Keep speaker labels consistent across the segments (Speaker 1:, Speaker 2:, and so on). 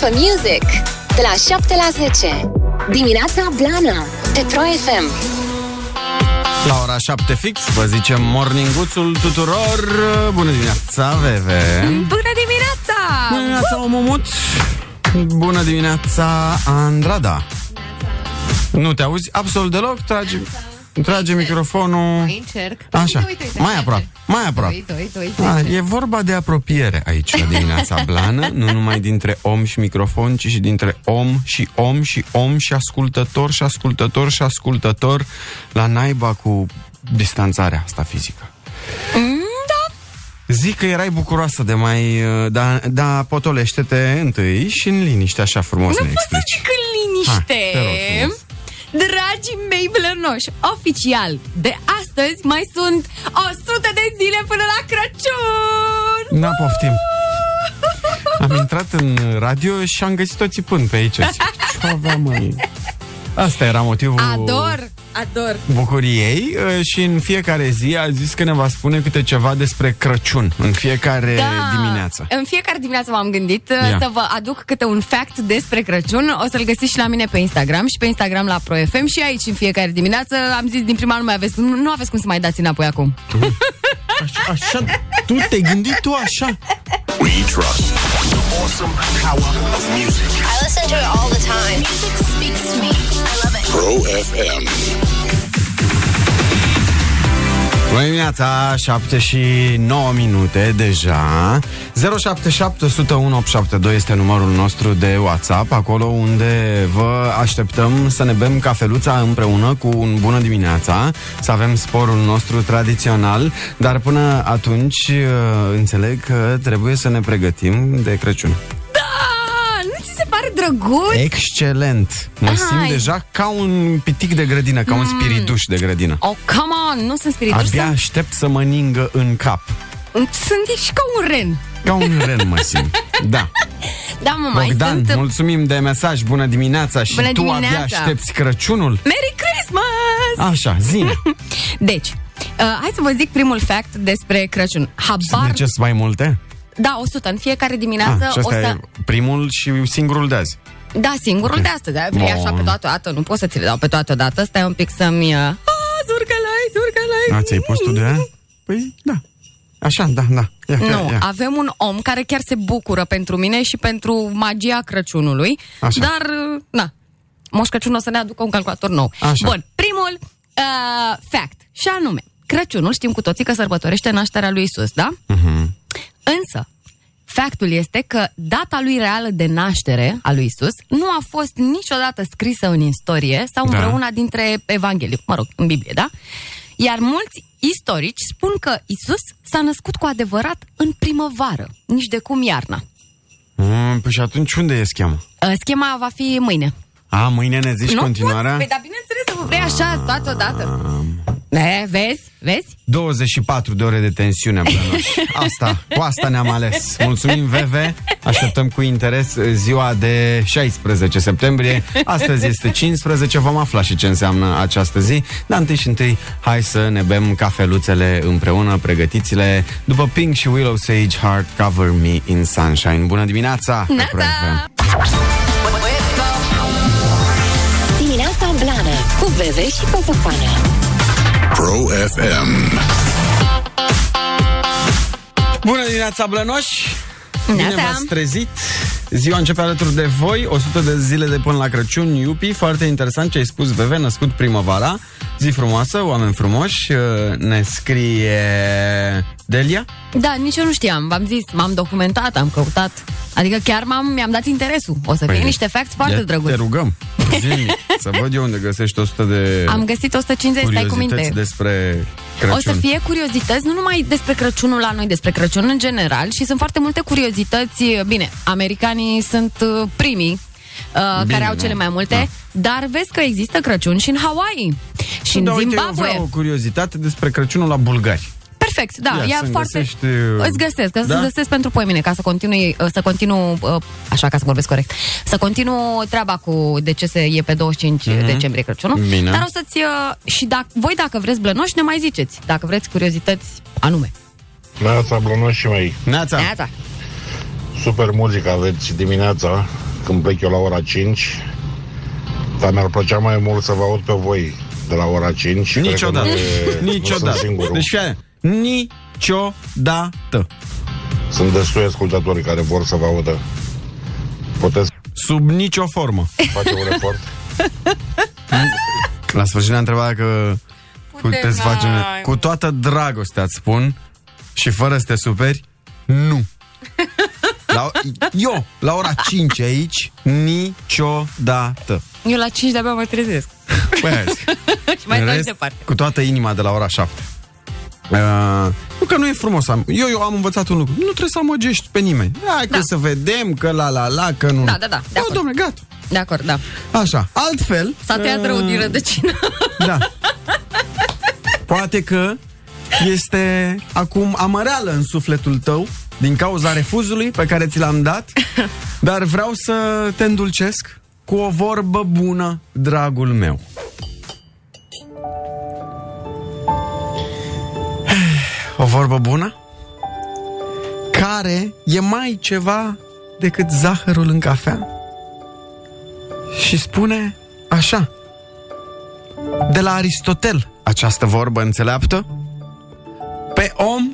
Speaker 1: for Music de la 7 la 10. Dimineața Blana pe Pro FM.
Speaker 2: La ora 7 fix, vă zicem morninguțul tuturor. Bună dimineața, Veve!
Speaker 3: Bună dimineața!
Speaker 2: Bună dimineața, Omomut! Bună dimineața, Andrada! Nu te auzi absolut deloc, trage, trage microfonul.
Speaker 3: Încerc.
Speaker 2: Așa,
Speaker 3: Uite, Păi, uite, uite,
Speaker 2: mai
Speaker 3: uite.
Speaker 2: aproape, mai aproape.
Speaker 3: Uite, uite, uite.
Speaker 2: A, Ah, e vorba de apropiere aici la dimineața blană, nu numai dintre om și microfon, ci și dintre om și om și om și ascultător și ascultător și ascultător la naiba cu distanțarea asta fizică.
Speaker 3: Mm, da.
Speaker 2: Zic că erai bucuroasă de mai... uh, Da, da potolește-te întâi și în liniște, așa frumos
Speaker 3: Nu
Speaker 2: ne
Speaker 3: pot să
Speaker 2: explici.
Speaker 3: zic în liniște.
Speaker 2: Hai, te rog frumos.
Speaker 3: Dragii mei blănoși, oficial, de astăzi mai sunt 100 de zile până la Crăciun!
Speaker 2: Na, poftim. Am intrat în radio și am găsit-o țipând pe aici. Zic, Ce avea, măi? Asta era motivul...
Speaker 3: Ador, ador.
Speaker 2: bucuriei uh, și în fiecare zi a zis că ne va spune câte ceva despre Crăciun în fiecare
Speaker 3: Da.
Speaker 2: dimineață.
Speaker 3: În fiecare dimineață m-am gândit uh,
Speaker 2: Ia.
Speaker 3: să vă aduc câte un fact despre Crăciun. O să-l găsiți și la mine pe Instagram și pe Instagram la ProFM și aici în fiecare dimineață. Am zis din prima nu mai aveți, nu, nu aveți cum să mai dați înapoi acum.
Speaker 2: Așa, așa tu te-ai gândit tu așa?
Speaker 4: We trust the awesome power of music.
Speaker 1: I listen to it all the time.
Speaker 4: Pro FM.
Speaker 2: Bună dimineața, 7 și 9 minute deja. 077182 este numărul nostru de WhatsApp, acolo unde vă așteptăm să ne bem cafeluța împreună cu un bună dimineața, să avem sporul nostru tradițional, dar până atunci uh, înțeleg că trebuie să ne pregătim de Crăciun.
Speaker 3: Ah, nu ți se pare drăguț?
Speaker 2: Excelent! Mă
Speaker 3: Hai.
Speaker 2: simt deja ca un pitic de grădină, ca un spiriduș de grădină.
Speaker 3: Oh, come on, nu sunt spiritual.
Speaker 2: Abia aștept să mă ningă în cap.
Speaker 3: Sunt, sunt și ca un ren.
Speaker 2: Ca un ren mă simt. Da.
Speaker 3: Da, mă, mai
Speaker 2: Bogdan,
Speaker 3: sunt...
Speaker 2: mulțumim de mesaj. Bună dimineața și
Speaker 3: Bună
Speaker 2: tu abia
Speaker 3: dimineața.
Speaker 2: aștepți Crăciunul.
Speaker 3: Merry Christmas!
Speaker 2: Așa, zi Ah.
Speaker 3: Deci, uh, hai să vă zic primul fact despre Crăciun. Habar...
Speaker 2: De ce sunt mai multe?
Speaker 3: Da, 100. În fiecare
Speaker 2: Ah,
Speaker 3: dimineață
Speaker 2: și
Speaker 3: o
Speaker 2: asta
Speaker 3: să...
Speaker 2: e primul și singurul de azi.
Speaker 3: Da, singurul de astăzi. Da? Vrei așa
Speaker 2: Bun.
Speaker 3: pe toată dată? Nu pot să ți le dau pe toată dată. Stai un pic să-mi... uh, Ah, zurcălai, zurcălai.
Speaker 2: A, ți-ai pus tu de aia? Păi, da. Așa, da, da. Ia,
Speaker 3: Nu,
Speaker 2: ia, ia.
Speaker 3: avem un om care chiar se bucură pentru mine și pentru magia Crăciunului,
Speaker 2: Așa.
Speaker 3: dar, uh, na, Moș Crăciun o să ne aducă un calculator nou.
Speaker 2: Așa.
Speaker 3: Bun, primul uh, fact, și anume, Crăciunul știm cu toții că sărbătorește nașterea lui Isus, da? Însă, factul este că data lui reală de naștere a lui Isus nu a fost niciodată scrisă în istorie sau
Speaker 2: Da.
Speaker 3: da. vreuna dintre Evanghelii, mă rog, în Biblie, da? Iar mulți istorici spun că Isus s-a născut cu adevărat în primăvară, nici de cum iarna.
Speaker 2: Mm, păi și atunci unde e schema?
Speaker 3: Uh, Schema va fi mâine.
Speaker 2: A, mâine ne zici Deci continuarea?
Speaker 3: Pot, păi, dar bineînțeles să vă vrei așa toată dată.
Speaker 2: Ah.
Speaker 3: E, vezi? Vezi?
Speaker 2: 24 de ore de tensiune, Blănoș. Asta, cu asta ne-am ales. Mulțumim, VV. Așteptăm cu interes ziua de 16 septembrie. Astăzi este 15, vom afla și ce înseamnă această zi. Dar întâi și întâi, hai să ne bem cafeluțele împreună, pregătiți-le. După Pink și Willow Sage, Heart Cover Me in Sunshine. Bună dimineața!
Speaker 3: Neața!
Speaker 2: Pro FM.
Speaker 1: Dimineața Blana cu Veve și Coțofană.
Speaker 4: Pro FM.
Speaker 2: Bună dimineața, Blănoș! Bine
Speaker 3: Neața!
Speaker 2: v-ați trezit! Ziua începe alături de voi, 100 de zile de până la Crăciun, iupi, foarte interesant ce ai spus, Veve, născut primăvara, zi frumoasă, oameni frumoși, uh, ne scrie Delia.
Speaker 3: Da, nici eu nu știam. V-am zis, m-am documentat, am căutat. Adică chiar m-am, mi-am dat interesul. O să fie niște facts foarte
Speaker 2: de- Păi Te
Speaker 3: drăguți.
Speaker 2: rugăm, zi să văd eu unde găsești 100 de
Speaker 3: Am găsit 150, stai cu minte.
Speaker 2: curiozități despre Crăciun.
Speaker 3: O să fie curiozități, nu numai despre Crăciunul la noi, despre Crăciun în general și sunt foarte multe curiozități. Bine, americanii sunt uh, primii uh,
Speaker 2: Bine, da.
Speaker 3: care au
Speaker 2: nu.
Speaker 3: cele mai multe, dar vezi că există Crăciun și în Hawaii și în
Speaker 2: da, uite, eu
Speaker 3: Zimbabwe.
Speaker 2: vreau o curiozitate despre Crăciunul la bulgari.
Speaker 3: Perfect, da,
Speaker 2: Ia,
Speaker 3: ia,
Speaker 2: să-mi
Speaker 3: foarte...
Speaker 2: găsești, uh,
Speaker 3: Îți găsesc, da?
Speaker 2: da?
Speaker 3: să găsesc pentru poimine, ca să continui, uh, să continu, uh, așa ca să vorbesc corect, să continu treaba cu de ce se e pe 25 decembrie Crăciunul.
Speaker 2: Mhm. Bine.
Speaker 3: Dar o să-ți, uh, și dacă, voi dacă vreți blănoși, ne mai ziceți, dacă vreți curiozități anume.
Speaker 5: Neața, blănoșii mei,
Speaker 3: Da.
Speaker 2: Neața,
Speaker 3: Neața.
Speaker 5: super muzică aveți dimineața când plec eu la ora 5, dar mi-ar plăcea mai mult să vă aud pe voi de la ora 5. Cred că
Speaker 2: Niciodată.
Speaker 5: Nu, e, Nu
Speaker 2: Niciodată.
Speaker 5: sunt singurul.
Speaker 2: Deci,
Speaker 5: Deci...
Speaker 2: fie, niciodată.
Speaker 5: Sunt destui ascultători care vor să vă audă. Puteți
Speaker 2: Sub nicio formă.
Speaker 5: face un efort?
Speaker 2: La sfârșit ne-a întrebat dacă puteți face... Cu toată dragostea îți spun și fără să te superi, nu. La, eu, la ora 5 aici, niciodată.
Speaker 3: Eu la 5 de-abia mă trezesc.
Speaker 2: Păi, hai să-
Speaker 3: Și mai
Speaker 2: În
Speaker 3: dau
Speaker 2: rest,
Speaker 3: departe.
Speaker 2: Cu toată inima de la ora 7. Uh, nu că nu e frumos am, eu, eu am învățat un lucru Nu trebuie să amăgești pe nimeni Hai că
Speaker 3: Da.
Speaker 2: să vedem, că la la la, că nu
Speaker 3: Da, da, da, de
Speaker 2: oh,
Speaker 3: acord.
Speaker 2: domne, gata
Speaker 3: De acord, da.
Speaker 2: Așa, altfel
Speaker 3: S-a tăiat rău din rădăcină.
Speaker 2: Da. Poate că este acum amăreală în sufletul tău din cauza refuzului pe care ți l-am dat, dar vreau să te îndulcesc cu o vorbă bună, dragul meu. O vorbă bună? Care e mai ceva decât zahărul în cafea? Și spune așa de la Aristotel această vorbă înțeleaptă? Pe om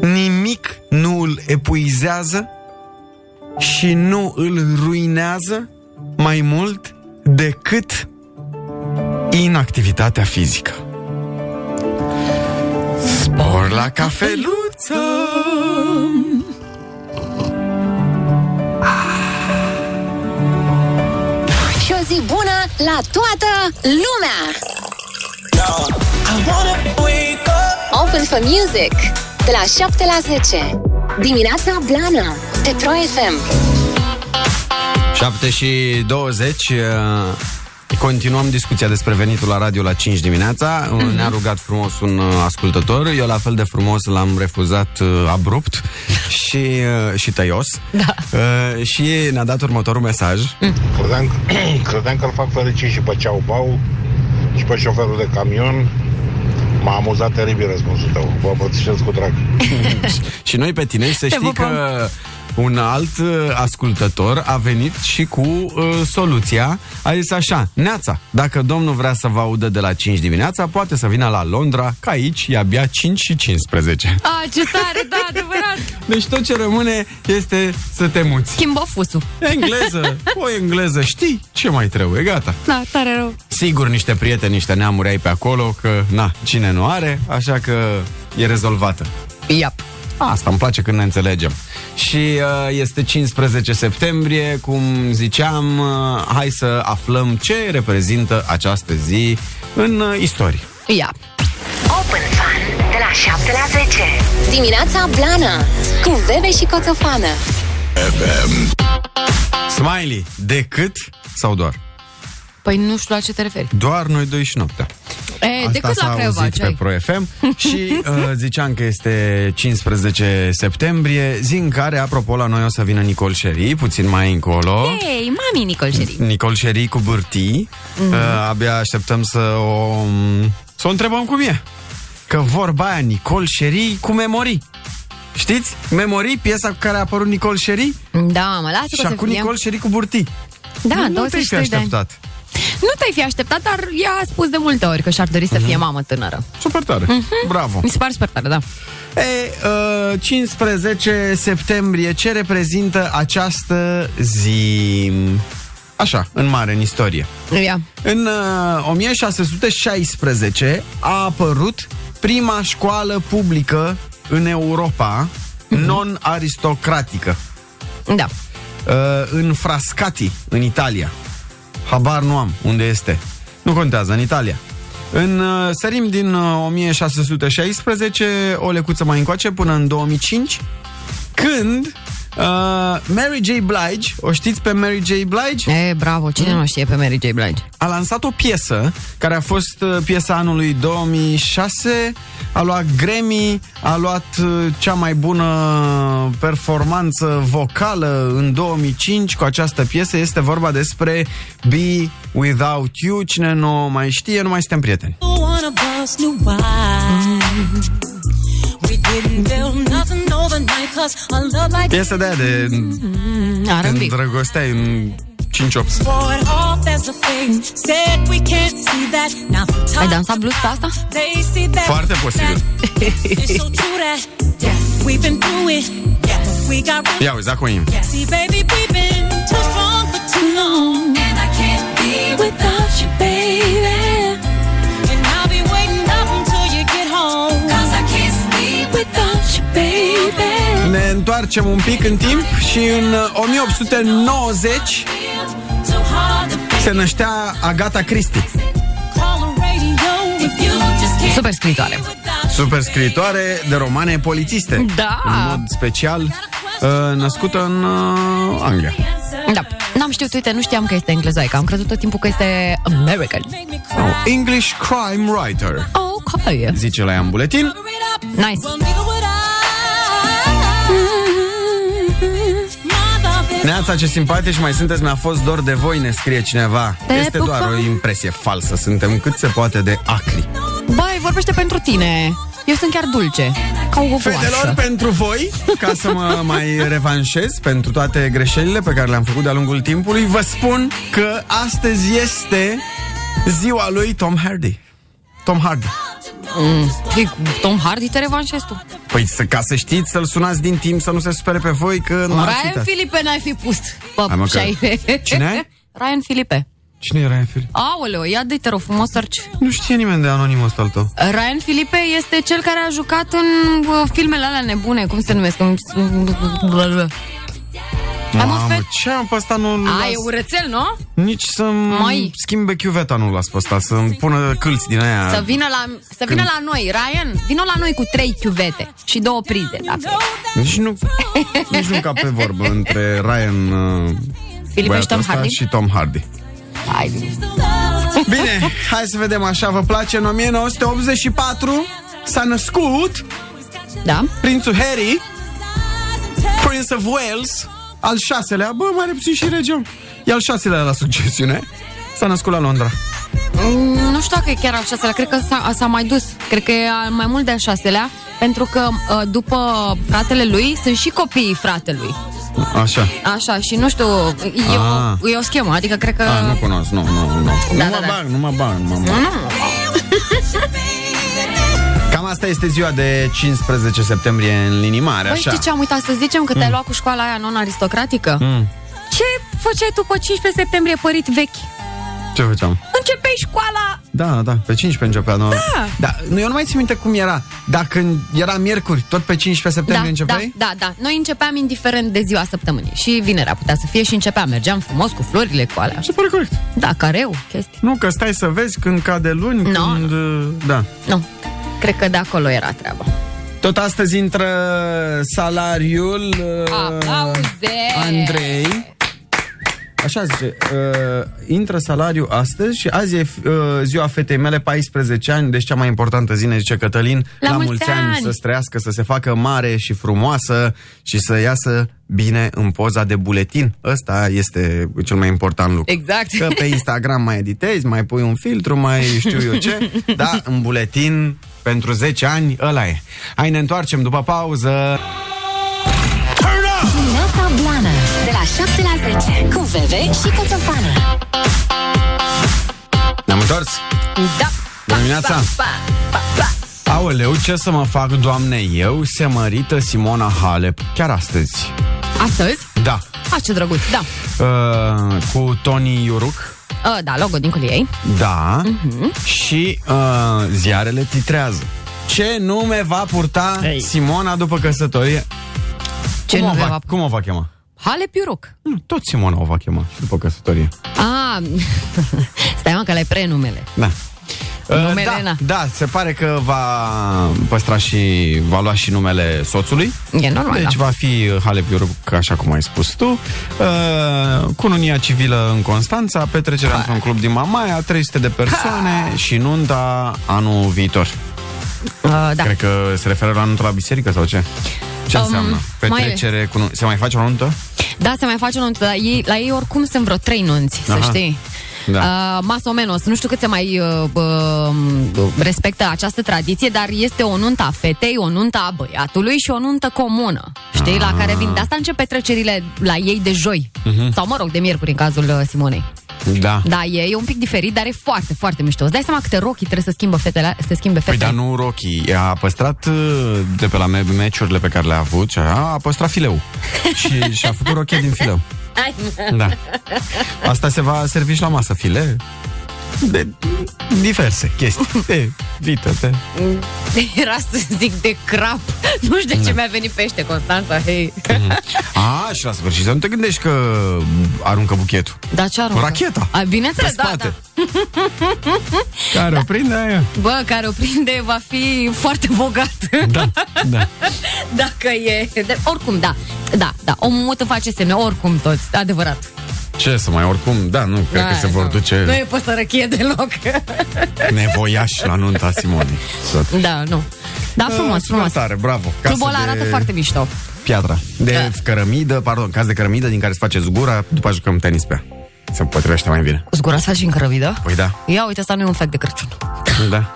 Speaker 2: nimic nu îl epuizează și nu îl ruinează mai mult decât inactivitatea fizică. Spor la cafeluță!
Speaker 1: Și o zi bună la toată lumea! Open for Music de la 7 la 10 Dimineața Blana pe Pro FM
Speaker 2: 7 și 20 uh, Continuăm discuția despre venitul la radio la 5 dimineața mm-hmm. Ne-a rugat frumos un uh, ascultător Eu la fel de frumos l-am refuzat uh, abrupt și, uh, și tăios da. uh, Și ne-a dat următorul mesaj mm.
Speaker 5: Credeam, credeam că îl fac fericit și pe Ceau Bau și pe șoferul de camion. M-a amuzat teribil răspunsul tău. Vă îmbrățișez cu drag.
Speaker 2: Și noi pe tine și să
Speaker 3: Te
Speaker 2: știi
Speaker 3: pupăm.
Speaker 2: că un alt uh, ascultător a venit și cu uh, soluția A zis așa, Neața, dacă domnul vrea să vă audă de la 5 dimineața Poate să vină la Londra, că aici e abia 5 și 15
Speaker 3: A, ce tare, da, adevărat.
Speaker 2: Deci tot ce rămne este să te muți.
Speaker 3: Schimbă fusul.
Speaker 2: Engleză, o engleză, știi ce mai trebuie, gata.
Speaker 3: Da, tare rău.
Speaker 2: Sigur, niște prieteni, niște neamuri ai pe acolo, că, na, cine nu are, așa că e rezolvată.
Speaker 3: Iap.
Speaker 2: Asta îmi place când ne înțelegem. Și uh, este 15 septembrie, cum ziceam, uh, hai să aflăm ce reprezintă această zi în uh, istorie.
Speaker 3: Iap.
Speaker 1: Open Fun de la 7 la 10 Dimineața Blana cu Bebe și Coțofană
Speaker 2: Smiley, decât sau doar?
Speaker 3: Păi nu știu la ce te referi.
Speaker 2: Doar noi doi și noaptea.
Speaker 3: E, decât
Speaker 2: s-a
Speaker 3: la Craiova,
Speaker 2: auzit
Speaker 3: ce
Speaker 2: pe
Speaker 3: ai?
Speaker 2: Pro FM și uh, ziceam că este 15 septembrie, zi în care, apropo, la noi o să vină Nicol Șerii, puțin mai încolo.
Speaker 3: Ei, mami Nicol Șerii.
Speaker 2: Nicol Șerii cu bârtii.
Speaker 3: Mhm.
Speaker 2: Mm-hmm. Uh, abia așteptăm să o, mm, să o întrebăm cum e. Că vorba aia, Nicol Șerii cu memorii. Știți? Memorii, piesa cu care a apărut Nicol Șerii
Speaker 3: Da, mă, lasă
Speaker 2: și
Speaker 3: că o să
Speaker 2: acum
Speaker 3: fie.
Speaker 2: Nicol Șerii cu burtii.
Speaker 3: Da,
Speaker 2: nu te-ai fi
Speaker 3: 23 de ani.
Speaker 2: așteptat.
Speaker 3: Nu te-ai fi așteptat, dar ea a spus de multe ori că și-ar dori să
Speaker 2: Mhm.
Speaker 3: fie mamă tânără.
Speaker 2: Super tare.
Speaker 3: Mhm.
Speaker 2: Mm-hmm. Bravo.
Speaker 3: Mi se pare super tare, da.
Speaker 2: E, uh, 15 septembrie, ce reprezintă această zi? Așa, în mare, în istorie.
Speaker 3: Ia.
Speaker 2: În uh, 1616 a apărut prima școală publică în Europa, non-aristocratică,
Speaker 3: Da.
Speaker 2: uh, în Frascati, în Italia. Habar nu am unde este. Nu contează, în Italia. În uh, sărim din uh, 1616 o lecuță mai încoace până în 2005 când uh, Mary J. Blige, o știți pe Mary J. Blige?
Speaker 3: E, bravo,
Speaker 2: Mhm.
Speaker 3: cine nu știe pe Mary J. Blige?
Speaker 2: a lansat o piesă care a fost uh, piesa anului 2006, a luat Grammy, a luat uh, cea mai bună performanță vocală în 2005 cu această piesă. Este vorba despre Be Without You. Cine nu o mai știe, nu mai suntem prieteni.
Speaker 6: One of us knew why. We didn't build nothing overnight.
Speaker 2: Piesa de aia de
Speaker 3: R&B.
Speaker 2: îndrăgosteai în 5-8
Speaker 3: Ai dansat blues pe asta?
Speaker 2: Foarte posibil Ia uite, acum e Ne întoarcem un pic în timp și în uh, 1890 se năștea Agata Christie,
Speaker 3: Super scriitoare.
Speaker 2: super scriitoare de romane polițiste.
Speaker 3: Da.
Speaker 2: În mod special uh, născută în uh, Anglia.
Speaker 3: Da. N-am știut, uite, nu știam că este englezoică. Am crezut tot timpul că este American.
Speaker 2: No, English crime writer,
Speaker 3: Ok.
Speaker 2: zice la ea în buletin.
Speaker 3: Nice.
Speaker 2: Neața, ce simpatici mai sunteți, mi-a fost dor de voi, ne scrie cineva.
Speaker 3: Te
Speaker 2: este
Speaker 3: pupăm.
Speaker 2: doar o impresie falsă, suntem cât se poate de acri.
Speaker 3: Băi, vorbește pentru tine. Eu sunt chiar dulce. Ca o
Speaker 2: Fetelor,
Speaker 3: gogoașă.
Speaker 2: pentru voi, ca să mă mai revanșez pentru toate greșelile pe care le-am făcut de-a lungul timpului, vă spun că astăzi este ziua lui Tom Hardy. Tom Hardy.
Speaker 3: Ei, Tom Hardy te revanșezi tu.
Speaker 2: Păi să, ca să știți, să-l sunați din timp, să nu se supere pe voi, că nu ar fi
Speaker 3: Ryan
Speaker 2: dat.
Speaker 3: Filipe n-ai fi pus. Bă,
Speaker 2: Hai mă, că-
Speaker 3: și-ai-
Speaker 2: Cine?
Speaker 3: Ryan Filipe.
Speaker 2: Cine e Ryan Philip?
Speaker 3: Aoleo, ia de te rog frumos, search.
Speaker 2: Nu știe nimeni de anonimul ăsta al tău.
Speaker 3: Ryan Filipe este cel care a jucat în uh, filmele alea nebune, cum se numesc? În- Hai mă,
Speaker 2: Mamă,
Speaker 3: fet...
Speaker 2: ce am pe ăsta nu-l
Speaker 3: A,
Speaker 2: las,
Speaker 3: e urățel, nu?
Speaker 2: Nici să
Speaker 3: Mai.
Speaker 2: schimbe chiuveta nu-l las pe ăsta, să-mi pună câlți din aia.
Speaker 3: Să vină la, să vină la noi. Ryan, vină la noi cu trei chiuvete și două prize. Dacă.
Speaker 2: Nici nu, nici nu cap pe vorbă între Ryan uh,
Speaker 3: Filipe
Speaker 2: băiatul
Speaker 3: și Tom
Speaker 2: ăsta
Speaker 3: Hardy.
Speaker 2: și Tom Hardy.
Speaker 3: Hai, bine.
Speaker 2: Bine, hai să vedem așa, vă place în 1984 s-a născut
Speaker 3: Da?
Speaker 2: prințul Harry, Prince of Wales, al șaselea, bă, mai puțin și regeu. E al șaselea la succesiune. S-a născut la Londra.
Speaker 3: Mm, Nu știu dacă e chiar al șaselea, cred că s-a, s-a mai dus. Cred că e al- mai mult de al șaselea, pentru că uh, după fratele lui sunt și copiii fratelui.
Speaker 2: Așa.
Speaker 3: Așa, și nu știu, e,
Speaker 2: Ah.
Speaker 3: o, e o schemă, adică cred că...
Speaker 2: A, Ah, nu cunosc, nu, nu, nu.
Speaker 3: Da,
Speaker 2: nu
Speaker 3: da,
Speaker 2: mă
Speaker 3: da.
Speaker 2: bag, nu mă bag, nu mă bag. Cam asta este ziua de 15 septembrie în linii mare,
Speaker 3: Băi,
Speaker 2: așa. Mm.
Speaker 3: Păi știi ce am uitat să zicem? Că te-ai luat cu școala aia non-aristocratică? Mm. Ce făceai tu pe 15 septembrie părit vechi?
Speaker 2: ce făceam?
Speaker 3: Începeai școala!
Speaker 2: Da, da, pe 15 începea noua. Da. da. Nu, eu nu mai țin minte cum era. Dacă în- era miercuri, tot pe 15 septembrie
Speaker 3: da,
Speaker 2: începeai?
Speaker 3: da, da. Noi începeam indiferent de ziua săptămânii. Și vinerea putea să fie și începeam. Mergeam frumos cu florile, cu alea.
Speaker 2: Se pare corect.
Speaker 3: Da, careu, chestii.
Speaker 2: Nu, că stai să vezi când cade luni,
Speaker 3: Nu,
Speaker 2: când... Da.
Speaker 3: Nu, cred că de acolo era treaba.
Speaker 2: Tot astăzi intră salariul uh,
Speaker 3: Aplauze!
Speaker 2: Andrei. Așa zice, uh, intră salariul astăzi și azi e uh, ziua fetei mele, 14 ani, deci cea mai importantă zi, ne zice Cătălin.
Speaker 3: La mulți
Speaker 2: ani!
Speaker 3: ani!
Speaker 2: Să trăiască, să se facă mare și frumoasă și să iasă bine în poza de buletin. Ăsta este cel mai important lucru.
Speaker 3: Exact.
Speaker 2: Că pe Instagram mai editezi, mai pui un filtru, mai știu eu ce, da, în buletin pentru 10 ani, ăla e. Hai, ne întoarcem după pauză.
Speaker 1: Dimineața Blana De la 7 la 10 Cu Veve și Coțofană
Speaker 2: Ne-am întors?
Speaker 3: Da!
Speaker 2: Bună dimineața! Aoleu, ce să mă fac, doamne, eu, se mărită Simona Halep, chiar astăzi.
Speaker 3: Astăzi?
Speaker 2: Da,
Speaker 3: A, ce drăguț, da.
Speaker 2: uh, cu Tony Iuruc,
Speaker 3: Uh, da, logo din ei.
Speaker 2: da,
Speaker 3: Mhm.
Speaker 2: uh-huh. și uh, ziarele titrează. Ce nume va purta
Speaker 3: Ei.
Speaker 2: Simona după căsătorie?
Speaker 3: Ce
Speaker 2: cum,
Speaker 3: nume
Speaker 2: o va,
Speaker 3: va-
Speaker 2: cum o va chema?
Speaker 3: Hale Piuruc.
Speaker 2: Nu, tot Simona o va chema și după căsătorie.
Speaker 3: Ah, stai mă că ai prenumele.
Speaker 2: Da.
Speaker 3: Numele,
Speaker 2: da,
Speaker 3: na.
Speaker 2: da, se pare că va păstra și va lua și numele soțului.
Speaker 3: E normal,
Speaker 2: Deci
Speaker 3: da.
Speaker 2: va fi Halep Iuruc, așa cum ai spus tu. Uh, cununia civilă în Constanța, petrecerea într-un club din Mamaia, 300 de persoane și nunta anul viitor.
Speaker 3: Uh, da.
Speaker 2: Cred că se referă la nunta la biserică sau ce? Ce
Speaker 3: Um,
Speaker 2: înseamnă?
Speaker 3: mai-
Speaker 2: Petrecere cu... nun- Se mai face o nuntă?
Speaker 3: da, se mai face o nuntă, dar ei, la ei oricum sunt vreo trei nunți, să
Speaker 2: Aha.
Speaker 3: știi.
Speaker 2: Da.
Speaker 3: Uh, Masomenos, nu știu cât se mai uh, uh, respectă această tradiție, dar este o nuntă a fetei, o nuntă a băiatului și o nuntă comună. Știi, la care vin. De asta încep petrecerile la ei de joi.
Speaker 2: Mhm.
Speaker 3: Sau, mă rog, de miercuri, în cazul uh, Simonei.
Speaker 2: Da.
Speaker 3: Da, e, e un pic diferit, dar e foarte, foarte mișto. Îți dai seama câte rochii trebuie să schimbă fetele, să schimbe
Speaker 2: Păi
Speaker 3: fetele.
Speaker 2: dar nu Rocky A păstrat uh, de pe la me- meciurile pe care le-a avut și așa, A păstrat fileu Și și-a făcut rochie din fileu da. Asta se va servi și la masă File de diverse chestii De vită de...
Speaker 3: Era să zic de crap. Nu știu
Speaker 2: Da.
Speaker 3: de ce mi-a venit pește, Constanța, hei.
Speaker 2: Mhm. A, și la sfârșit să nu te gândești că Aruncă buchetul
Speaker 3: Dar ce
Speaker 2: Cu
Speaker 3: aruncă?
Speaker 2: racheta
Speaker 3: A, bineînțeles,
Speaker 2: Pe
Speaker 3: da,
Speaker 2: spate
Speaker 3: da.
Speaker 2: Care o prinde aia
Speaker 3: Bă, care o prinde va fi foarte bogat.
Speaker 2: Da, da
Speaker 3: Dacă e... De, oricum, da. Da, da. Omul mut îmi face semne, oricum toți. Adevărat.
Speaker 2: Ce să mai, oricum, da, nu, cred că
Speaker 3: Da,
Speaker 2: se vor
Speaker 3: nu.
Speaker 2: duce
Speaker 3: Nu e păsărăchie deloc.
Speaker 2: nevoiași la nunta Simonei.
Speaker 3: da, nu. Da, frumos, frumos.
Speaker 2: Tare, bravo. Casă
Speaker 3: Clubul ăla arată foarte mișto.
Speaker 2: Piatra. De
Speaker 3: Da.
Speaker 2: cărămidă, pardon, caz de cărămidă din care îți faceți gura, după aia jucăm tenis pe ea. Se potrivește mai bine.
Speaker 3: Zgura să și în crăvidă?
Speaker 2: Păi da,
Speaker 3: Ia uite, asta nu e un fac de Crăciun.
Speaker 2: da.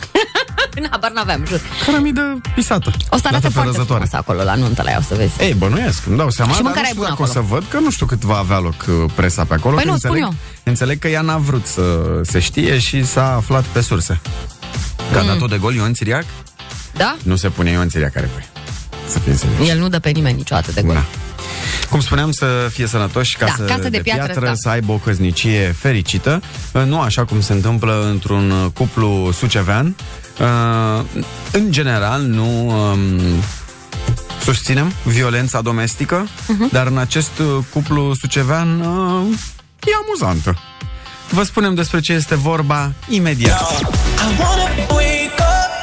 Speaker 3: Habar n-aveam, jur.
Speaker 2: Cărămidă pisată.
Speaker 3: O să
Speaker 2: Dată
Speaker 3: arate
Speaker 2: pe
Speaker 3: foarte
Speaker 2: răzătoare.
Speaker 3: frumos acolo la nuntă la ea, o să vezi.
Speaker 2: Ei, bănuiesc, îmi dau seama,
Speaker 3: Și
Speaker 2: dar nu
Speaker 3: mâncarea
Speaker 2: știu
Speaker 3: e bună
Speaker 2: dacă o să
Speaker 3: acolo.
Speaker 2: văd, că nu știu cât va avea loc uh, presa pe acolo.
Speaker 3: Păi
Speaker 2: că
Speaker 3: nu, spun
Speaker 2: înțeleg, Înțeleg că ea n-a vrut să se știe și s-a aflat pe surse. Că
Speaker 3: Mm.
Speaker 2: a dat-o de gol Ion Țiriac?
Speaker 3: Da?
Speaker 2: Nu se pune Ion Țiriac, care voi. Să fim serioși.
Speaker 3: El nu dă pe nimeni niciodată de gol.
Speaker 2: Da. Cum spuneam, să fie sănătoși, casă,
Speaker 3: casă de piatră, da.
Speaker 2: să aibă o căsnicie fericită, nu așa cum se întâmplă într-un cuplu sucevean. Uh, În general, nu um, susținem violența domestică,
Speaker 3: Mhm.
Speaker 2: dar în acest uh, cuplu sucevean uh, e amuzantă. Vă spunem despre ce este vorba imediat.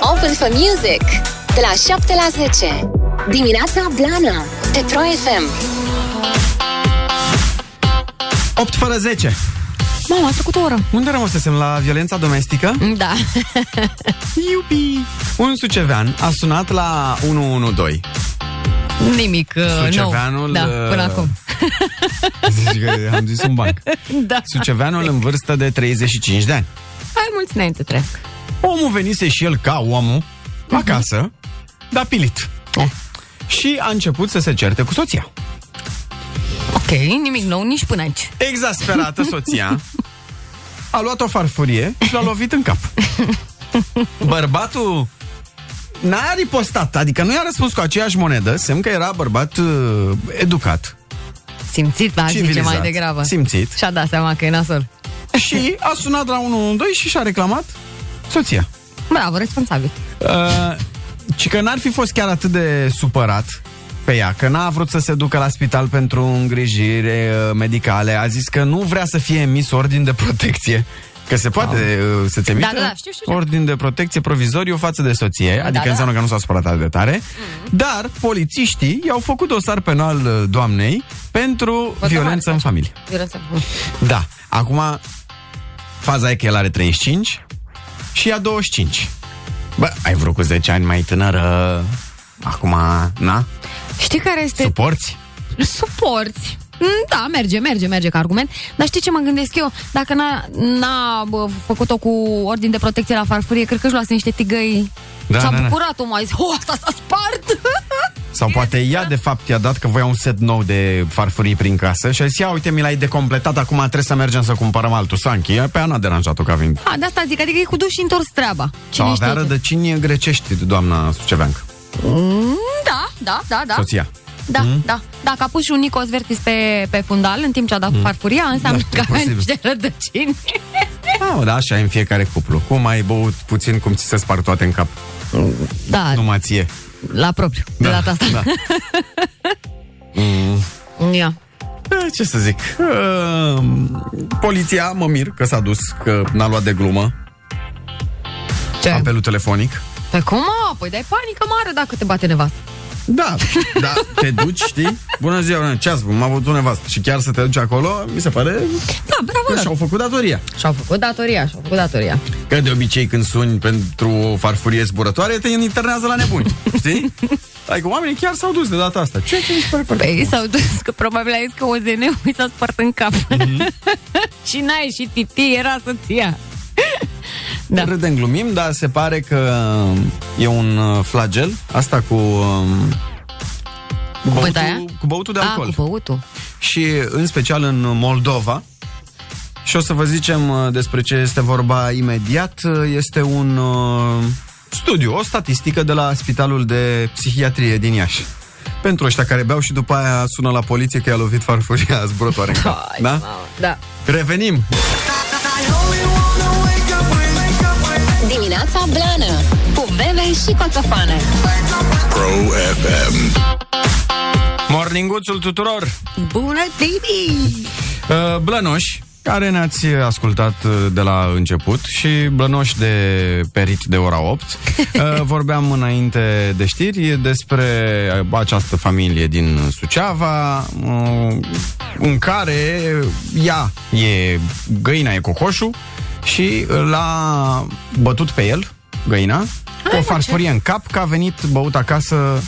Speaker 1: Open for Music de la 7 la 10. Dimineața Blana pe Pro FM.
Speaker 2: 8 fără 10.
Speaker 3: Mama, a trecut o oră.
Speaker 2: Unde rămăsesem? La violența domestică?
Speaker 3: Da.
Speaker 2: Iubi! Un sucevean a sunat la 112.
Speaker 3: Nimic uh, nou.
Speaker 2: Suceveanul,
Speaker 3: Da,
Speaker 2: uh,
Speaker 3: până acum.
Speaker 2: Zici că am zis un banc.
Speaker 3: Da.
Speaker 2: Suceveanul în vârstă de 35 de ani.
Speaker 3: Hai mulți înainte trec.
Speaker 2: Omul venise și el ca omul acasă, dar pilit.
Speaker 3: Eh.
Speaker 2: Și a început să se certe cu soția.
Speaker 3: Ok, nimic nou nici până aici.
Speaker 2: Exasperată soția a luat o farfurie și l-a lovit în cap. Bărbatul n-a ripostat, adică nu i-a răspuns cu aceeași monedă, semn că era bărbat uh, educat,
Speaker 3: Simțit, aș zice
Speaker 2: civilizat,
Speaker 3: mai degrabă.
Speaker 2: simțit.
Speaker 3: Și-a dat seama că e nasol.
Speaker 2: Și a sunat la 112 și și-a reclamat soția.
Speaker 3: Bravo, responsabil.
Speaker 2: Uh, ci că n-ar fi fost chiar atât de supărat pe ea, că n-a vrut să se ducă la spital pentru îngrijire uh, medicale, a zis că nu vrea să fie emis ordin de protecție. Că se poate uh, să-ți emită
Speaker 3: da, da, știu, știu, știu.
Speaker 2: ordin de protecție provizoriu față de soție, adică
Speaker 3: da. Mm-hmm.
Speaker 2: înseamnă că nu s-a supărat atât de tare, dar polițiștii i-au făcut dosar penal uh, doamnei pentru
Speaker 3: Vă
Speaker 2: violență
Speaker 3: mare,
Speaker 2: în familie.
Speaker 3: Violență.
Speaker 2: Da. Acum, faza e că el are 35 și ea 25. Bă, ai vrut cu 10 ani mai tânără. Acum, na,
Speaker 3: Știi care este
Speaker 2: suporți?
Speaker 3: suporți. Mm, Da, merge, merge, merge ca argument. Dar știi ce mă gândesc eu? Dacă n-a, n-a bă, făcut-o cu ordin de protecție la farfurie, cred că își luase niște tigăi.
Speaker 2: Da,
Speaker 3: S-a
Speaker 2: da, da.
Speaker 3: bucurat omul, a zis, oh, asta s-a spart!
Speaker 2: Sau poate
Speaker 3: da.
Speaker 2: ea, de fapt, i-a dat că voia un set nou de farfurii prin casă și a zis, ia uite, mi l-ai decompletat, acum trebuie să mergem să cumpărăm altul. S-a încheiat, pe ea n-a deranjat-o ca vin.
Speaker 3: ha, de asta zic, adică e cu duș și întors treaba.
Speaker 2: Sau avea
Speaker 3: știe?
Speaker 2: rădăcini grecești, doamna Suceveancă,
Speaker 3: Da, da, da, da.
Speaker 2: soția.
Speaker 3: Da, mm? da. Dacă a pus și un Nicos Vertis pe, pe fundal în timp ce a dat mm. farfuria, înseamnă
Speaker 2: Da,
Speaker 3: da, că avea
Speaker 2: posibil.
Speaker 3: niște rădăcini.
Speaker 2: Ah, da, așa e în fiecare cuplu. Cum ai băut puțin, cum ți se spar toate în cap.
Speaker 3: Da,
Speaker 2: Numai ție.
Speaker 3: la propriu, de data asta.
Speaker 2: Da.
Speaker 3: Ia.
Speaker 2: Eh, Ce să zic? Uh, Poliția, mă mir că s-a dus, că n-a luat de glumă
Speaker 3: Ce?
Speaker 2: apelul telefonic.
Speaker 3: Pe cum, mă? Păi dai panică mare dacă te bate nevastă.
Speaker 2: Da, da, te duci, știi? Bună ziua, bună, ce ați făcut? M-a avut un nevastă. Și chiar să te duci acolo, mi se pare
Speaker 3: Da, bravo.
Speaker 2: că și-au făcut datoria.
Speaker 3: Și-au făcut datoria, și-au făcut datoria.
Speaker 2: Că Că de obicei când suni pentru o farfurie zburătoare, te internează la nebuni, știi? Adică oamenii chiar s-au dus de data asta. Ce ce mi se pare foarte
Speaker 3: Păi
Speaker 2: frumos.
Speaker 3: s-au dus că probabil a zis că OZN-ul i s-a spart în cap. și n-a ieșit titi, era să-ți ia. da.
Speaker 2: Râdem, glumim, dar se pare că e un uh, flagel, asta cu... um, Cu
Speaker 3: bătaia?
Speaker 2: băutul, cu băutul de
Speaker 3: A,
Speaker 2: alcool.
Speaker 3: cu băutul.
Speaker 2: și în special în Moldova. Și o să vă zicem uh, despre ce este vorba imediat. Uh, Este un uh, studiu, o statistică de la Spitalul de Psihiatrie din Iași. Pentru ăștia care beau și după aia sună la poliție că i-a lovit farfuria zburătoare în cap.
Speaker 3: Hai,
Speaker 2: Da?
Speaker 3: mamă, da.
Speaker 2: Revenim!
Speaker 1: Dimineața Blană Cu Bebe și Coțofană
Speaker 4: Pro FM.
Speaker 2: Morninguțul tuturor!
Speaker 3: Bună, Tibi!
Speaker 2: Uh, Blănoș, care ne-ați ascultat uh, de la început și Blănoș de perit de ora 8. Uh, Vorbeam înainte de știri despre uh, această familie din Suceava uh, în care ea e găina e cocoșul și l-a bătut pe el, găina, cu o farfurie în cap că a venit băut acasă,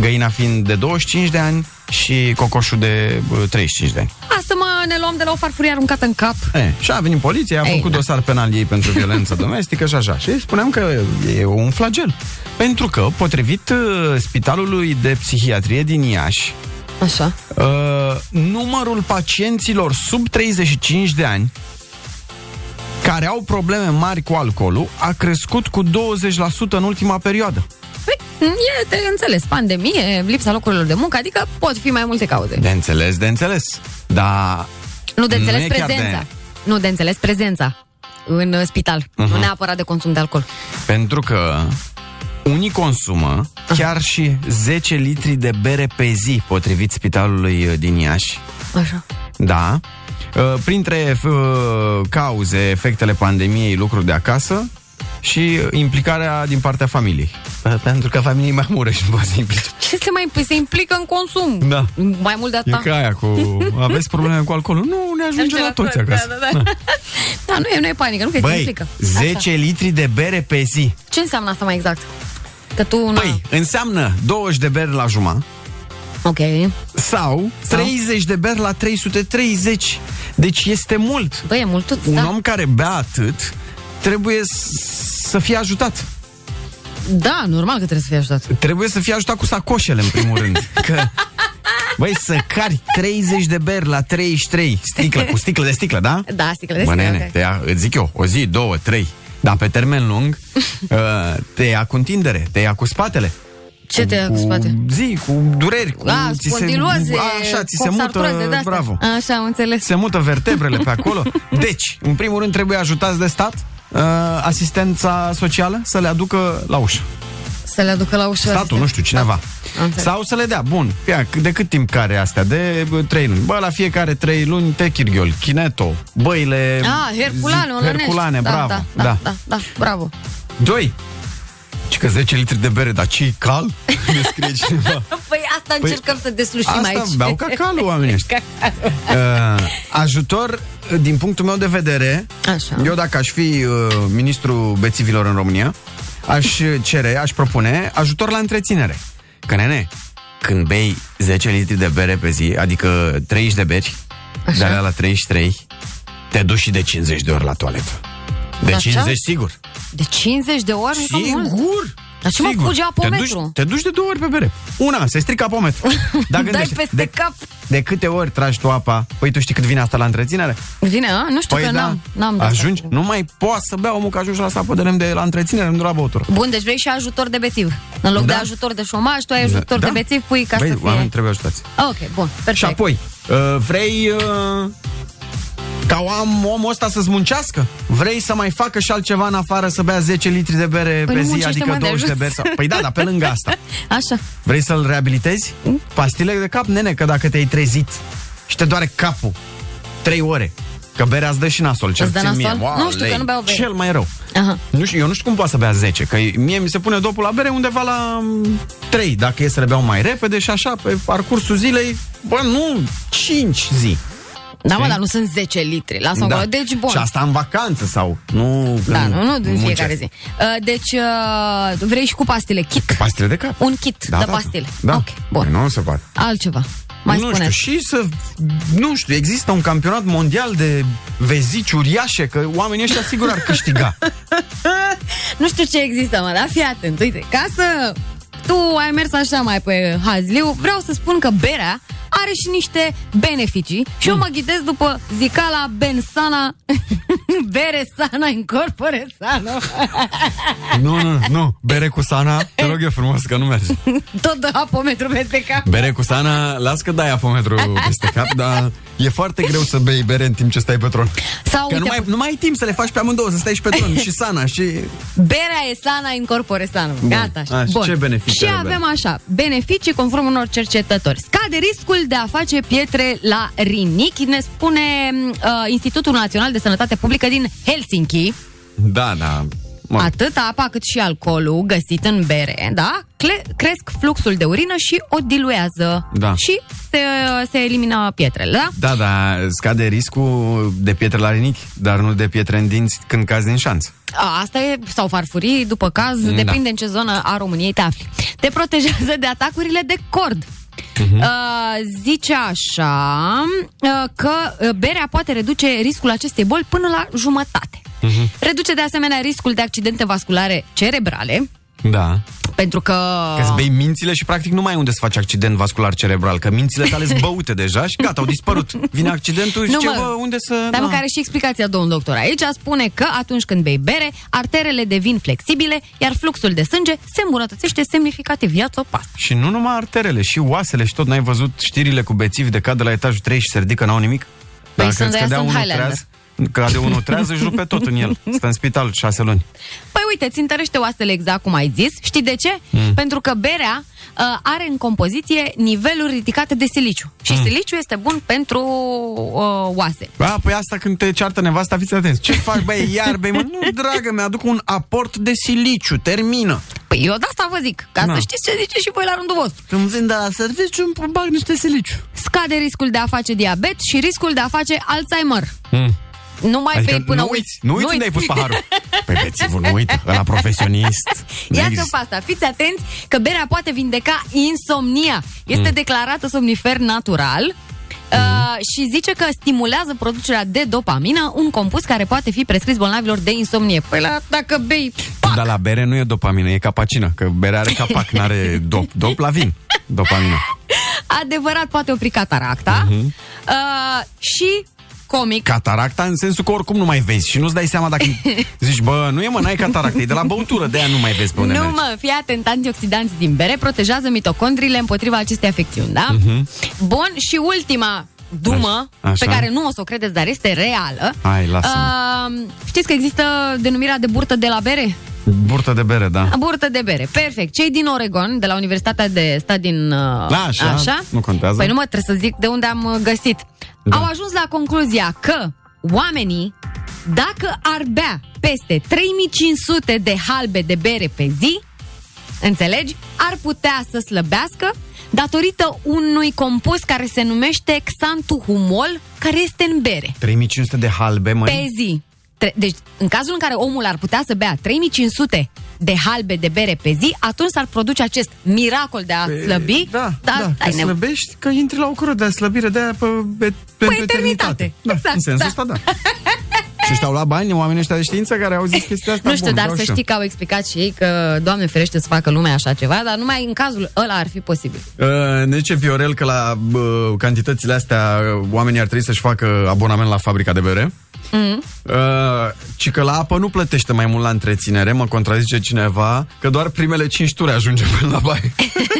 Speaker 2: găina fiind de 25 de ani și cocoșul de uh, 35 de ani.
Speaker 3: Asta mă, ne luăm de la o farfurie aruncată în cap.
Speaker 2: E, și a venit poliția, a
Speaker 3: Ei,
Speaker 2: făcut
Speaker 3: da.
Speaker 2: dosar penal ei pentru violență domestică și așa. Și spuneam că e un flagel. Pentru că, potrivit uh, Spitalului de Psihiatrie din Iași,
Speaker 3: Așa.
Speaker 2: uh, numărul pacienților sub 35 de ani care au probleme mari cu alcoolul a crescut cu 20% în ultima perioadă.
Speaker 3: Păi, e de înțeles, pandemie, lipsa locurilor de muncă, adică pot fi mai multe cauze.
Speaker 2: De înțeles, de înțeles. Dar
Speaker 3: Nu de
Speaker 2: Nu
Speaker 3: înțeles
Speaker 2: e chiar
Speaker 3: prezența. Nu de înțeles prezența în uh, spital, uh-huh. nu neapărat de consum de alcool.
Speaker 2: Pentru că unii consumă chiar și 10 litri de bere pe zi, potrivit spitalului uh, din Iași.
Speaker 3: Așa.
Speaker 2: Da. Uh, Printre uh, cauze, efectele pandemiei, lucruri de acasă și implicarea din partea familiei. Pe- Uh, Pentru că familiei mai mură și nu poate să implice.
Speaker 3: Ce se mai păi se implică în consum?
Speaker 2: Da.
Speaker 3: Mai mult de
Speaker 2: E
Speaker 3: atât.
Speaker 2: ca aia cu... Aveți probleme cu alcoolul? Nu, ne ajunge la toți acasă.
Speaker 3: Da, da, da. da nu, e, nu e panică, nu că se
Speaker 2: Băi,
Speaker 3: implică.
Speaker 2: 10
Speaker 3: Așa.
Speaker 2: litri de bere pe zi.
Speaker 3: Ce înseamnă asta mai exact? Că tu... na-
Speaker 2: Păi, înseamnă 20 de beri la jumătate.
Speaker 3: Ok.
Speaker 2: sau,
Speaker 3: Sau?
Speaker 2: 30 de beri la 330. Deci este mult.
Speaker 3: Băi, e mult
Speaker 2: Un
Speaker 3: da.
Speaker 2: om care bea atât trebuie s- să fie ajutat.
Speaker 3: Da, normal că trebuie să fii ajutat.
Speaker 2: Trebuie să fie ajutat cu sacoșele, în primul rând. Că, băi, să cari 30 de beri la 33 sticlă, cu sticlă de sticlă, da?
Speaker 3: Da, sticlă de
Speaker 2: Bă,
Speaker 3: sticlă,
Speaker 2: nene,
Speaker 3: ok.
Speaker 2: te ia, îți zic eu, o zi, două, trei. Dar pe termen lung, uh, te ia cu întindere, te ia cu spatele.
Speaker 3: Ce te ia cu spate?
Speaker 2: Zi, cu dureri, cu...
Speaker 3: A,
Speaker 2: ți se-
Speaker 3: spondiloze,
Speaker 2: Așa, ți se mută,
Speaker 3: coxartroze de-astea.
Speaker 2: bravo.
Speaker 3: Așa, am înțeles.
Speaker 2: se mută vertebrele pe acolo. Deci, în primul rând, trebuie ajutați de stat, uh, asistența socială, să le aducă la ușă.
Speaker 3: Să le aducă la ușă.
Speaker 2: Statul, nu știu, cineva.
Speaker 3: Am înțeles.
Speaker 2: Sau să le dea, bun, ia, c- de cât timp care astea? De 3 luni. Bă, la fiecare 3 luni, techirghiol, chineto, băile...
Speaker 3: Ah, Herculane,
Speaker 2: zi-
Speaker 3: olănești.
Speaker 2: Herculane,
Speaker 3: da,
Speaker 2: bravo.
Speaker 3: Da, da, da, da, da, bravo.
Speaker 2: Doi. Și că 10 litri de bere, dar ce cal? Ne scrie cineva.
Speaker 3: Păi asta păi, încercăm să deslușim
Speaker 2: Asta
Speaker 3: aici.
Speaker 2: beau ca calul oamenii ăștia. Uh, ajutor, uh, din punctul meu de vedere,
Speaker 3: Așa.
Speaker 2: eu dacă aș fi uh, ministru bețivilor în România, aș uh, cere, aș propune ajutor la întreținere. Că, nene, când bei 10 litri de bere pe zi, adică 30 de beri, de alea la 33, te duci și de 50 de ori la toaletă. De
Speaker 3: Așa?
Speaker 2: 50 sigur.
Speaker 3: De 50 de ori? nu e mult.
Speaker 2: Sigur!
Speaker 3: Dar și mă fuge apometru.
Speaker 2: Te duci, te duci de două ori pe bere. Una, se strică apometru. Dar
Speaker 3: Dai
Speaker 2: Da, gândește,
Speaker 3: peste
Speaker 2: de,
Speaker 3: cap.
Speaker 2: De câte ori tragi tu apa? Păi tu știi cât vine asta la întreținere? Păi da.
Speaker 3: Vine, a? Nu știu că n-am. n-am de asta.
Speaker 2: ajungi, nu mai poți să bea omul că ajungi la sapă de lemn de la întreținere, nu de la băutură.
Speaker 3: Bun, deci vrei și ajutor de bețiv. În loc
Speaker 2: Da.
Speaker 3: de ajutor de șomaj, tu ai ajutor de bețiv, pui ca
Speaker 2: Băi,
Speaker 3: să fie...
Speaker 2: oamenii trebuie ajutați.
Speaker 3: Ok, bun, perfect.
Speaker 2: Și apoi, uh, vrei... Uh, ca am omul ăsta să-ți muncească? Vrei să mai facă și altceva în afară să bea 10 litri de bere
Speaker 3: Păi
Speaker 2: pe
Speaker 3: nu
Speaker 2: zi,
Speaker 3: muncește,
Speaker 2: adică
Speaker 3: mă, de
Speaker 2: 20 de
Speaker 3: ajuns.
Speaker 2: beri? Sau... Păi da, dar pe lângă asta.
Speaker 3: Așa.
Speaker 2: Vrei să-l reabilitezi?
Speaker 3: Mm.
Speaker 2: Pastile de cap, nene, că dacă te-ai trezit și te doare capul 3 ore, că berea îți dă și nasol, cel
Speaker 3: Îți dă
Speaker 2: puțin mie.
Speaker 3: nasol? Nu știu, că
Speaker 2: lei,
Speaker 3: nu beau bere.
Speaker 2: Cel mai rău.
Speaker 3: Aha.
Speaker 2: Nu știu, eu nu știu cum poate să bea 10, că mie mi se pune dopul la bere undeva la 3, dacă e să le beau mai repede și așa, pe parcursul zilei, bă, nu, 5 zi.
Speaker 3: Da, mă,
Speaker 2: Știi?
Speaker 3: dar nu sunt 10 litri. Lasă-o da. Deci, bun.
Speaker 2: Și asta în vacanță sau... Nu,
Speaker 3: Da,
Speaker 2: când
Speaker 3: nu, nu, din
Speaker 2: muncesc.
Speaker 3: fiecare zi. Uh, Deci, uh, vrei și cu pastile kit?
Speaker 2: Pastile de cap.
Speaker 3: Un kit de pastile.
Speaker 2: Da.
Speaker 3: Ok, bun.
Speaker 2: Nu se poate.
Speaker 3: Altceva. Mai
Speaker 2: nu
Speaker 3: spune.
Speaker 2: știu, și să... Nu știu, există un campionat mondial de vezici uriașe, că oamenii ăștia sigur ar câștiga.
Speaker 3: Nu știu ce există, mă, dar fii atent. Uite, ca să... Tu ai mers așa mai pe hazliu, vreau să spun că berea are și niște beneficii și eu mă ghidez după zicala bensana, bere sana, incorpore sano.
Speaker 2: nu, nu, nu. Bere cu sana, te rog eu frumos că nu merge.
Speaker 3: Tot de apometru peste cap.
Speaker 2: Bere cu sana, las că dai apometru peste cap, dar e foarte greu să bei bere în timp ce stai pe tron.
Speaker 3: Sau,
Speaker 2: Că nu
Speaker 3: uite,
Speaker 2: mai, nu mai ai timp să le faci pe amândouă, să stai și pe tron, și sana, și...
Speaker 3: Berea e sana in corpore sano. Gata.
Speaker 2: A, și ce beneficii
Speaker 3: Și
Speaker 2: are
Speaker 3: avem
Speaker 2: berea?
Speaker 3: așa, beneficii conform unor cercetători. Scade riscul de a face pietre la rinichi, ne spune uh, Institutul Național de Sănătate Publică din Helsinki.
Speaker 2: Da, da. Mă,
Speaker 3: Atât apa cât și alcoolul găsit în bere, da? Cle- cresc fluxul de urină și o diluează.
Speaker 2: Da.
Speaker 3: Și se, se elimină pietrele, da?
Speaker 2: Da, da, scade riscul de pietre la rinichi, dar nu de pietre în dinți când cazi din șanț.
Speaker 3: A, Asta e, sau farfurii, după caz,
Speaker 2: Mm,
Speaker 3: mm, depinde
Speaker 2: da.
Speaker 3: da. în ce zonă a României te afli. Te protejează de atacurile de cord.
Speaker 2: Mhm.
Speaker 3: Uh-huh. Uh, zice așa uh, că uh, berea poate reduce riscul acestei boli până la jumătate.
Speaker 2: Mhm.
Speaker 3: Uh-huh. Reduce de asemenea riscul de accidente vasculare cerebrale,
Speaker 2: Da.
Speaker 3: pentru că...
Speaker 2: Că îți bei mințile și practic nu mai ai unde să faci accident vascular cerebral, că mințile tale sunt băute deja și gata, au dispărut. Vine accidentul și
Speaker 3: Nu,
Speaker 2: ce,
Speaker 3: mă.
Speaker 2: bă, unde să...
Speaker 3: Dar
Speaker 2: da.
Speaker 3: mă, care și explicația domnul doctor aici spune că atunci când bei bere, arterele devin flexibile, iar fluxul de sânge se îmbunătățește semnificativ. Ia-ți o pastă.
Speaker 2: Și nu numai arterele, și oasele și tot. N-ai văzut știrile cu bețivi de cad de la etajul 3 și se ridică, n-au nimic?
Speaker 3: Păi
Speaker 2: Dacă
Speaker 3: sunt
Speaker 2: îți
Speaker 3: de
Speaker 2: cădea
Speaker 3: aia, sunt
Speaker 2: unul
Speaker 3: Highlander.
Speaker 2: treaz, cade unul treaz, își rupe tot în el. Stă în spital șase luni.
Speaker 3: Păi uite, ți întărește oasele exact cum ai zis. Știi de ce? Mm. Pentru că berea uh, are în compoziție niveluri ridicate de siliciu. Și mm. siliciu este bun pentru uh, oase.
Speaker 2: Ba, păi asta când te ceartă nevasta, fiți atenți. Ce faci, băi, iar, băi, mă? Nu, dragă, mi-aduc un aport de siliciu, termină.
Speaker 3: Păi eu de asta vă zic, ca
Speaker 2: Na.
Speaker 3: Na. să știți ce zice și voi la rândul vostru.
Speaker 2: Când vin de la serviciu, îmi bag niște siliciu.
Speaker 3: Scade riscul de a face diabet și riscul de a face Alzheimer.
Speaker 2: Mm.
Speaker 3: Nu mai bei până
Speaker 2: nu uiți, nu uiți unde ai pus paharul. Păi bețivul nu uită, la profesionist. Nu
Speaker 3: Iată
Speaker 2: există.
Speaker 3: pe asta, fiți atenți că berea poate vindeca insomnia. Este mm. declarată somnifer natural. Uh, și zice că stimulează producerea de dopamină, un compus care poate fi prescris bolnavilor de insomnie. Păi la, dacă bei, pac,
Speaker 2: Dar la bere nu e dopamină, e capacină, că berea are capac, n-are dop. Dop la vin, dopamină.
Speaker 3: adevărat poate opri cataracta. Uh-huh. Uh, și comic,
Speaker 2: Cataracta în sensul că oricum nu mai vezi și nu-ți dai seama dacă zici, bă, nu e mă, n-ai cataractă, e de la băutură, de aia nu mai vezi pe unde
Speaker 3: nu
Speaker 2: mergi.
Speaker 3: mă, fii atent, antioxidanți din bere protejează mitocondriile împotriva acestei afecțiuni, da? Uh-huh. Bun, și ultima dumă,
Speaker 2: Mhm. Așa.
Speaker 3: Așa.
Speaker 2: Așa.
Speaker 3: pe care nu o să o credeți, dar este reală.
Speaker 2: Hai, lasă-mă.
Speaker 3: Uh, știți că există denumirea de burtă de la bere?
Speaker 2: Burtă de bere, da.
Speaker 3: Burtă de bere, perfect. Cei din Oregon, de la Universitatea de Stat din... uh,
Speaker 2: Da, așa, nu contează.
Speaker 3: Păi nu mă, trebuie să zic de unde am uh, găsit.
Speaker 2: Da.
Speaker 3: Da. Au ajuns la concluzia că oamenii, dacă ar bea peste 3500 de halbe de bere pe zi, înțelegi, ar putea să slăbească datorită unui compus care se numește xantuhumol, care este în bere
Speaker 2: 3500 de halbe, mă.
Speaker 3: pe zi. Tre- Deci, în cazul în care omul ar putea să bea 3500 de halbe de bere pe zi, atunci s-ar produce acest miracol de a slăbi.
Speaker 2: Da, da,
Speaker 3: ai
Speaker 2: da că
Speaker 3: nevo-
Speaker 2: slăbești, că intri la o cură de slăbire de aia pe, pe, pentru
Speaker 3: eternitate.
Speaker 2: Da,
Speaker 3: Exact,
Speaker 2: în sensul
Speaker 3: da.
Speaker 2: ăsta, da. și ăștia au luat bani, oamenii ăștia de știință care au zis chestia asta.
Speaker 3: Nu știu,
Speaker 2: bun,
Speaker 3: dar
Speaker 2: vreau
Speaker 3: să
Speaker 2: și eu.
Speaker 3: știi că au explicat și ei că, Doamne ferește, să facă lumea așa ceva, dar numai în cazul ăla ar fi posibil.
Speaker 2: Uh, Ne zice Viorel că la uh, cantitățile astea uh, oamenii ar trebui să-și facă abonament la fabrica de bere. Mm. Uh, ci că la apă nu plătește mai mult la întreținere, mă contrazice cineva, că doar primele 5 ture ajunge până la baie.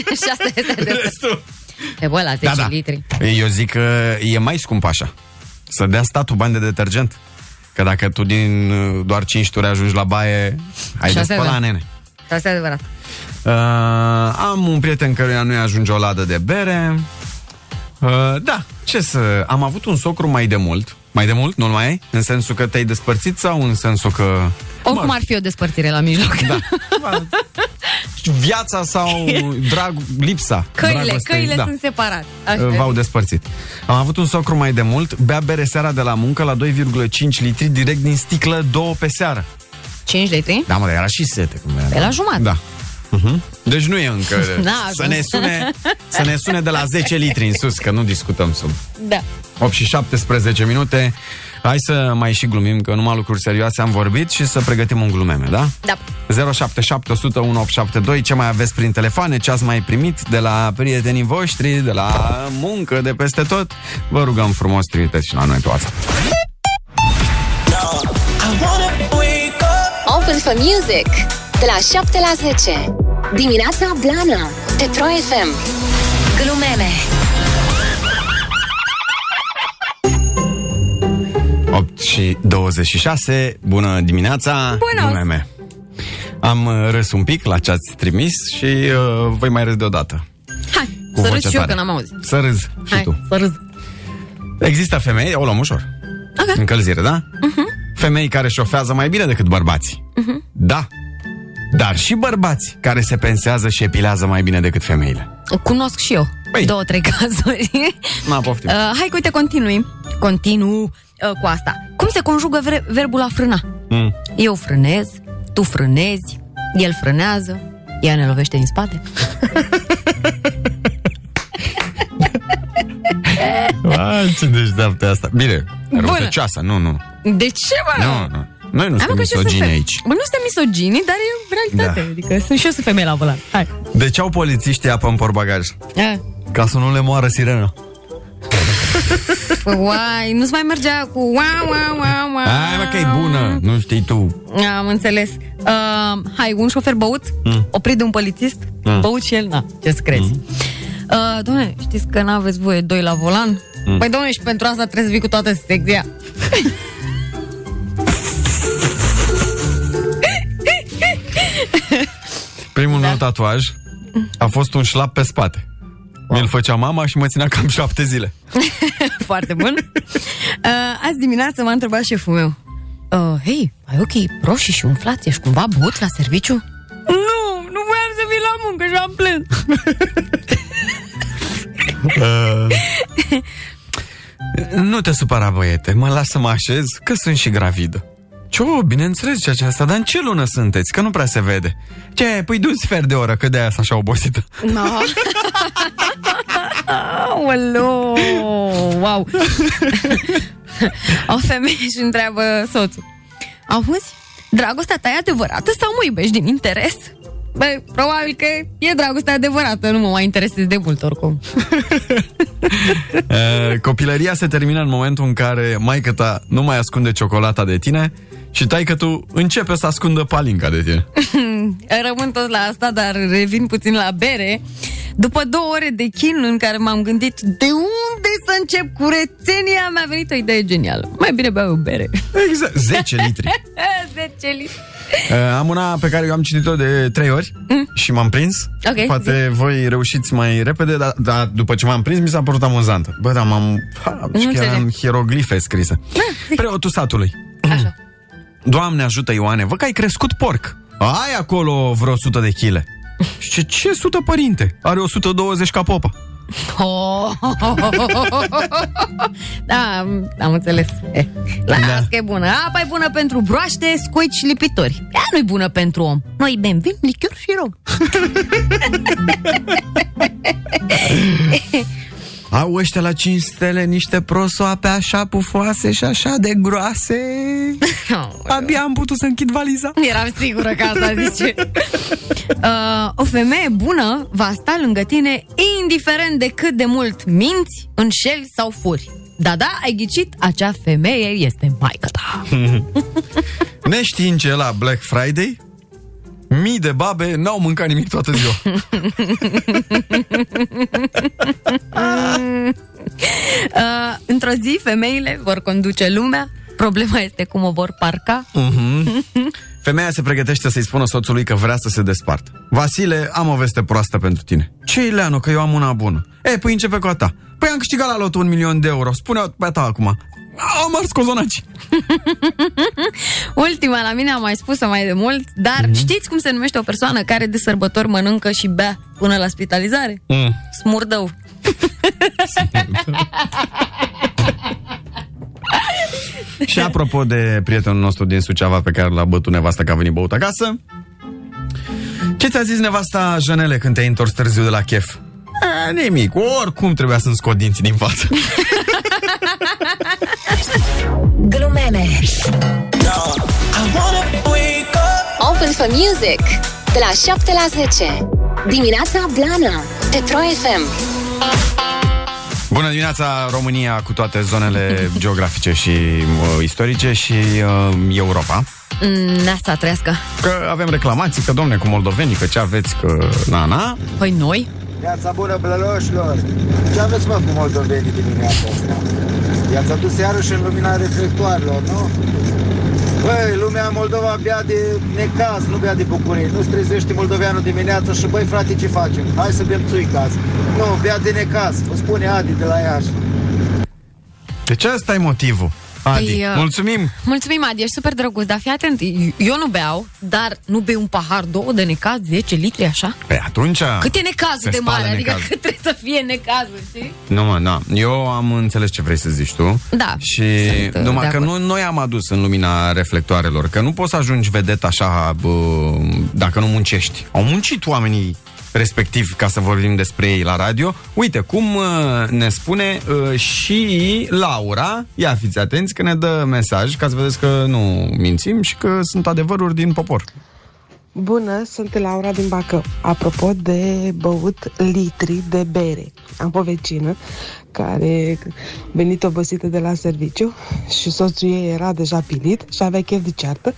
Speaker 3: și asta este adevărat.
Speaker 2: Restul-
Speaker 3: Pe bă, la 10 da, da. litri.
Speaker 2: Eu zic că e mai scump așa. Să dea statul bani de detergent. Că dacă tu din uh, doar 5 turi ajungi la baie, ai de
Speaker 3: Șase,
Speaker 2: spăla,
Speaker 3: da.
Speaker 2: nene.
Speaker 3: Asta e adevărat.
Speaker 2: Uh, am un prieten căruia nu-i ajunge o ladă de bere. Uh, da, ce să... Am avut un socru mai de mult Mai de mult? Nu mai ai? În sensul că te-ai despărțit sau în sensul că...
Speaker 3: Oricum ar fi o despărțire la mijloc. Da.
Speaker 2: Viața sau drag, lipsa
Speaker 3: Căile,
Speaker 2: dragostei,
Speaker 3: căile
Speaker 2: da.
Speaker 3: sunt separate. Așa.
Speaker 2: V-au despărțit. Am avut un socru mai de mult, bea bere seara de la muncă la 2,5 litri direct din sticlă, două pe seară.
Speaker 3: 5 litri?
Speaker 2: Da, mă, dar era și sete cum era.
Speaker 3: Pe la jumătate. Da,
Speaker 2: Da. Uh-huh. Deci nu e încă.
Speaker 3: N-a
Speaker 2: să,
Speaker 3: ajuns.
Speaker 2: ne sune, să ne sune de la 10 litri în sus, că nu discutăm sub.
Speaker 3: Da.
Speaker 2: 8 și 17 minute. Hai să mai și glumim, că numai lucruri serioase am vorbit și să pregătim un glumeme, da?
Speaker 3: Da.
Speaker 2: 077 1872, ce mai aveți prin telefoane, ce ați mai primit de la prietenii voștri, de la muncă, de peste tot. Vă rugăm frumos, trimiteți și la noi pe WhatsApp.
Speaker 1: Open for Music de la 7 la 10. Dimineața Blana de Pro FM. Glumeme.
Speaker 2: 8 și 26, bună dimineața,
Speaker 3: Bună!
Speaker 2: glumeme. Am uh, râs un pic la ce ați trimis și uh, voi mai râs deodată.
Speaker 3: Hai,
Speaker 2: Cu
Speaker 3: să
Speaker 2: voce
Speaker 3: râzi și eu
Speaker 2: tare.
Speaker 3: că n-am auzit.
Speaker 2: Să râzi și
Speaker 3: Hai,
Speaker 2: tu.
Speaker 3: să râzi.
Speaker 2: Există femei, o luăm ușor. Okay. Încălzire, da?
Speaker 3: Mhm.
Speaker 2: Uh-huh. Femei care șofează mai bine decât bărbații. Uh-huh. Da. Dar și bărbați care se pensează și epilează mai bine decât femeile.
Speaker 3: Cunosc și eu
Speaker 2: Păi.
Speaker 3: două, trei cazuri.
Speaker 2: Ma, poftim.
Speaker 3: Uh, hai că uite, continui. Continuu uh, cu asta. Cum se conjugă ver- verbul a frâna?
Speaker 2: Mm.
Speaker 3: Eu frânez, tu frânezi, el frânează, ea ne lovește din spate.
Speaker 2: A, ce deșteaptă asta. Bine,
Speaker 3: Bună.
Speaker 2: răutăcioasă, nu, nu.
Speaker 3: De ce, mă?
Speaker 2: Nu, nu. Noi nu
Speaker 3: Hai, mă,
Speaker 2: suntem
Speaker 3: că și eu sunt
Speaker 2: misogini
Speaker 3: fe-
Speaker 2: aici.
Speaker 3: Bă, nu suntem misogini, dar e realitate.
Speaker 2: Da.
Speaker 3: Da. Adică sunt și eu sunt femeie la volan. Hai.
Speaker 2: De ce au polițiștii apă în porbagaj?
Speaker 3: Ah.
Speaker 2: Ca să nu le moară sirena.
Speaker 3: Uai, nu-ți mai mergea cu wow, wow, wow, wow.
Speaker 2: Hai, mă, că e
Speaker 3: Ah.
Speaker 2: bună. Nu știi tu.
Speaker 3: Am înțeles. Uh, hai, un șofer băut, mm. oprit de un polițist, mm. băut și el, na, ce să crezi. Mm. Uh, domne, știți că n-aveți voie doi la volan? Mm. Păi, domne, și pentru asta trebuie să vii cu toată secția.
Speaker 2: Primul
Speaker 3: Da.
Speaker 2: meu tatuaj a fost un șlap pe spate. Mi-l făcea mama și mă ținea cam șapte zile.
Speaker 3: Foarte bun. Uh, azi dimineață m-a întrebat șeful meu. Uh, Hei, ai ochii roșii și umflați, ești cumva băut la serviciu? Nu, nu voiam să vii la muncă și am plâns.
Speaker 2: Nu te supăra, băiete, mă las să mă așez, că sunt și gravidă. Ce, o, bineînțeles ce aceasta, dar în ce lună sunteți? Că nu prea se vede. Ce, păi du un sfert de oră, că de aia sunt așa obosită.
Speaker 3: No. Aoleu, wow. o femeie își întreabă soțul. Auzi, dragostea ta e adevărată sau mă iubești din interes? Băi, probabil că e dragostea adevărată, nu mă mai interesez de mult oricum.
Speaker 2: E, Eh, Copilăria se termină în momentul în care maică ta nu mai ascunde ciocolata de tine și taică tu începe să ascundă palinca de tine.
Speaker 3: Rămân tot la asta, dar revin puțin la bere. După două ore de chin în care m-am gândit de unde să încep cu rețenia, mi-a venit o idee genială. Mai bine beau o bere.
Speaker 2: Exact, 10 litri.
Speaker 3: 10 litri.
Speaker 2: E, Uh, Am una pe care eu am citit-o de 3 ori și m-am prins.
Speaker 3: Mm. Ok,
Speaker 2: Poate voi reușiți mai repede, dar, dar după ce m-am prins mi s-a părut amuzantă. Bă, dar m-am... Ha, și chiar
Speaker 3: înțeleg. Ah.
Speaker 2: am hieroglife scrise. Preotul satului.
Speaker 3: Așa.
Speaker 2: Doamne ajută Ioane, vă că ai crescut porc. Ai acolo vreo 100 de chile. Și ce, ce 100 părinte? Are 120 ca popa.
Speaker 3: Oh. da, am- am înțeles. Eh, Las
Speaker 2: Da.
Speaker 3: da. că e bună. Apa e bună pentru broaște, scoici și lipitori. Ea nu e bună pentru om. Noi bem vin, lichior și rom.
Speaker 2: Au ăștia la 5 stele niște prosoape așa pufoase și așa de groase. Abia am putut să închid valiza.
Speaker 3: Oh, Eram sigură că asta zice. Uh, o femeie bună va sta lângă tine indiferent de cât de mult minți, înșeli sau furi. Da, da, ai ghicit, acea femeie este maică ta.
Speaker 2: Neștiind ce e la Black Friday, mii de babe n-au mâncat nimic toată ziua.
Speaker 3: Uh, într-o zi, femeile vor conduce lumea. Problema este cum o vor parca.
Speaker 2: Femeia se pregătește să-i spună soțului că vrea să se despartă. Vasile, am o veste proastă pentru tine. Ce Ileanu, că eu am una bună. E, păi începe cu a ta. Păi am câștigat la lotul un milion de euro. Spune-o pe a ta acum.
Speaker 6: Am ars cozonaci.
Speaker 3: Ultima la mine am mai spus-o mai de mult, dar
Speaker 2: Mhm.
Speaker 3: mm-hmm. știți cum se numește o persoană care de sărbători mănâncă și bea până la spitalizare?
Speaker 6: Mm.
Speaker 3: Smurdău.
Speaker 6: Și apropo de prietenul nostru din Suceava pe care l-a bătut nevasta că a venit băut acasă, ce ți-a zis nevasta Janele când te-ai întors târziu de la chef? A, nimic, oricum trebuia să-mi scot dinții din față.
Speaker 1: Glumeme Open for Music De la 7 la 10 Dimineața Blana Pe Pro FM
Speaker 2: Bună dimineața, România, cu toate zonele geografice și uh, istorice și uh, Europa.
Speaker 3: Neața Mm, trăiască.
Speaker 2: Că avem reclamații, că domne, cu moldovenii, că ce aveți, că na, na.
Speaker 3: Păi noi?
Speaker 7: Viața bună, blăloșilor! Ce aveți, mă, cu moldovenii dimineața asta? I-ați adus iarăși în lumina reflectoarelor, nu? Băi, lumea în Moldova bea de necaz, nu bea de bucurie. Nu-ți trezește moldoveanul dimineața și, băi, frate, ce facem? Hai să bem țuica azi. Nu, bea de necaz, o spune Adi de la Iași.
Speaker 2: Deci ăsta e motivul. Adi,
Speaker 3: Păi,
Speaker 2: Ei,
Speaker 3: uh,
Speaker 2: uh... mulțumim!
Speaker 3: Mulțumim, Adi, ești super drăguț, dar fii atent, eu nu beau, dar nu bei un pahar, două de necaz, 10 litri, așa?
Speaker 2: Păi atunci...
Speaker 3: Cât e Ah, necazul
Speaker 2: Se
Speaker 3: de mare,
Speaker 2: spală
Speaker 3: adică
Speaker 2: necazul.
Speaker 3: cât trebuie să fie necazul, știi?
Speaker 2: Nu, mă, na. Eu am înțeles ce vrei să zici tu.
Speaker 3: Da,
Speaker 2: Și
Speaker 3: sunt, uh,
Speaker 2: numai
Speaker 3: de
Speaker 2: că
Speaker 3: acord.
Speaker 2: nu, noi am adus în lumina reflectoarelor, că nu poți să ajungi vedet așa bă, dacă nu muncești. Au muncit oamenii respectiv ca să vorbim despre ei la radio. Uite cum uh, ne spune uh, și Laura, ia fiți atenți că ne dă mesaj ca să vedeți că nu mințim și că sunt adevăruri din popor.
Speaker 8: Bună, sunt Laura din Bacău. Apropo de băut litri de bere, am o vecină care a venit obosită de la serviciu și soțul ei era deja pilit și avea chef de ceartă.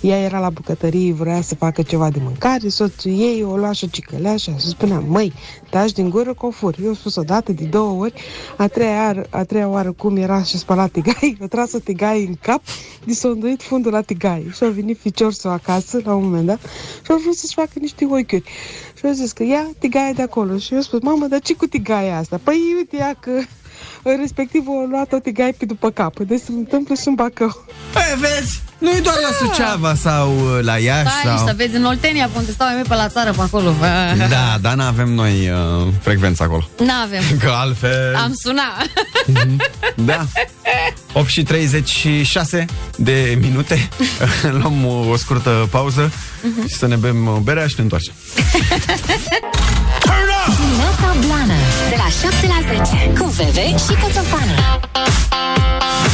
Speaker 8: Ea era la bucătărie, vrea să facă ceva de mâncare, soțul ei o lua și o cicălea și a spus, spunea, măi, taci din gură că o fur. Eu am spus o dată, de două ori, a treia, oară- a treia oară cum era și a spălat tigai, a tras o tigaie în cap, i s-a înduit fundul la tigaie și a venit ficiorsul acasă la un moment dat și a vrut să-și facă niște ochiuri. Și a zis că ia tigaia de acolo și eu am spus, mamă, dar ce cu tigaia asta? Păi uite ea că respectiv o luat o tigaie pe după cap. Deci se întâmplă și în Bacău.
Speaker 6: Păi, vezi, nu-i doar
Speaker 3: Ah!
Speaker 6: la Suceava sau uh, la Iași
Speaker 3: Stai
Speaker 6: sau...
Speaker 3: să vezi în Oltenia, pe unde stau ai mei pe la țară, pe acolo.
Speaker 2: Da, dar n-avem noi uh, frecvența acolo.
Speaker 3: N-avem.
Speaker 2: Că altfel...
Speaker 3: Am sunat.
Speaker 2: Da. 8 și 36 de minute. Luăm o, o scurtă pauză uh-huh. și să ne bem uh, berea și ne întoarcem.
Speaker 1: Dimineața Blana De la 7 la 10 Cu Veve și Coțofană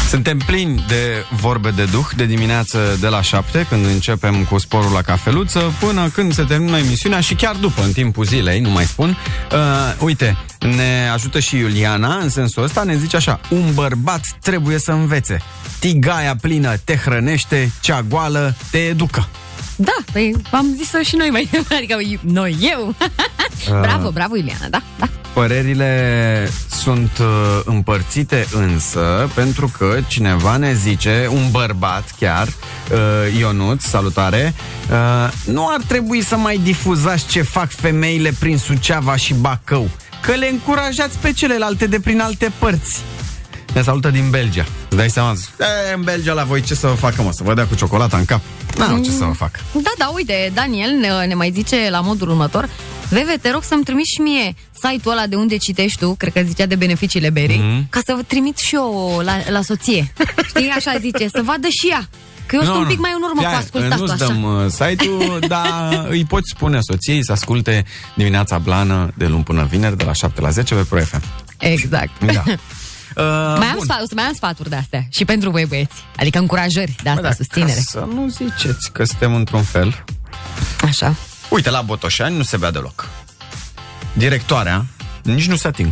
Speaker 2: Suntem plini de vorbe de duh de dimineață de la 7, când începem cu sporul la cafeluță, până când se termină emisiunea și chiar după, în timpul zilei, nu mai spun. Uh, uite, ne ajută și Iuliana în sensul ăsta, ne zice așa, un bărbat trebuie să învețe. Tigaia plină te hrănește, cea goală te educă.
Speaker 3: Da, păi am zis-o și noi mai devreme, adică eu- noi, eu.
Speaker 2: Ah.
Speaker 3: bravo, bravo, Iuliana, da, da.
Speaker 2: Părerile sunt uh, împărțite însă pentru că cineva ne zice, un bărbat chiar, uh, Ionuț, salutare, uh, nu ar trebui să mai difuzați ce fac femeile prin Suceava și Bacău, că le încurajați pe celelalte de prin alte părți. Ne salută din Belgia. Îți dai seama? zici, "E, În Belgia la voi ce să vă facă, mă? Să vă dea cu ciocolata în cap? Nu, ce să vă fac.
Speaker 3: Da, da, uite, Daniel ne, ne mai zice la modul următor Veve, te rog să-mi trimiți și mie site-ul ăla de unde citești tu, cred că zicea de beneficiile berii,
Speaker 2: Mhm.
Speaker 3: mm-hmm. ca să vă trimit și eu la, la soție. Știi, așa zice, să vadă și ea. Că eu sunt un pic mai în urmă
Speaker 2: Ia,
Speaker 3: cu ascultatul
Speaker 2: Nu-ți
Speaker 3: așa.
Speaker 2: dăm uh, site-ul, dar îi poți spune soției să asculte dimineața blană de luni până vineri de la 7 la 10 pe Pro FM.
Speaker 3: Exact.
Speaker 2: Da. Uh,
Speaker 3: Mai am, sfat, o să mai am sfaturi de astea și pentru voi băieți, adică încurajări de asta,
Speaker 2: Bă, da,
Speaker 3: susținere.
Speaker 2: ca Să nu ziceți că suntem într-un fel.
Speaker 3: Așa.
Speaker 2: Uite, la Botoșani nu se bea deloc. Directoarea, nici nu se ating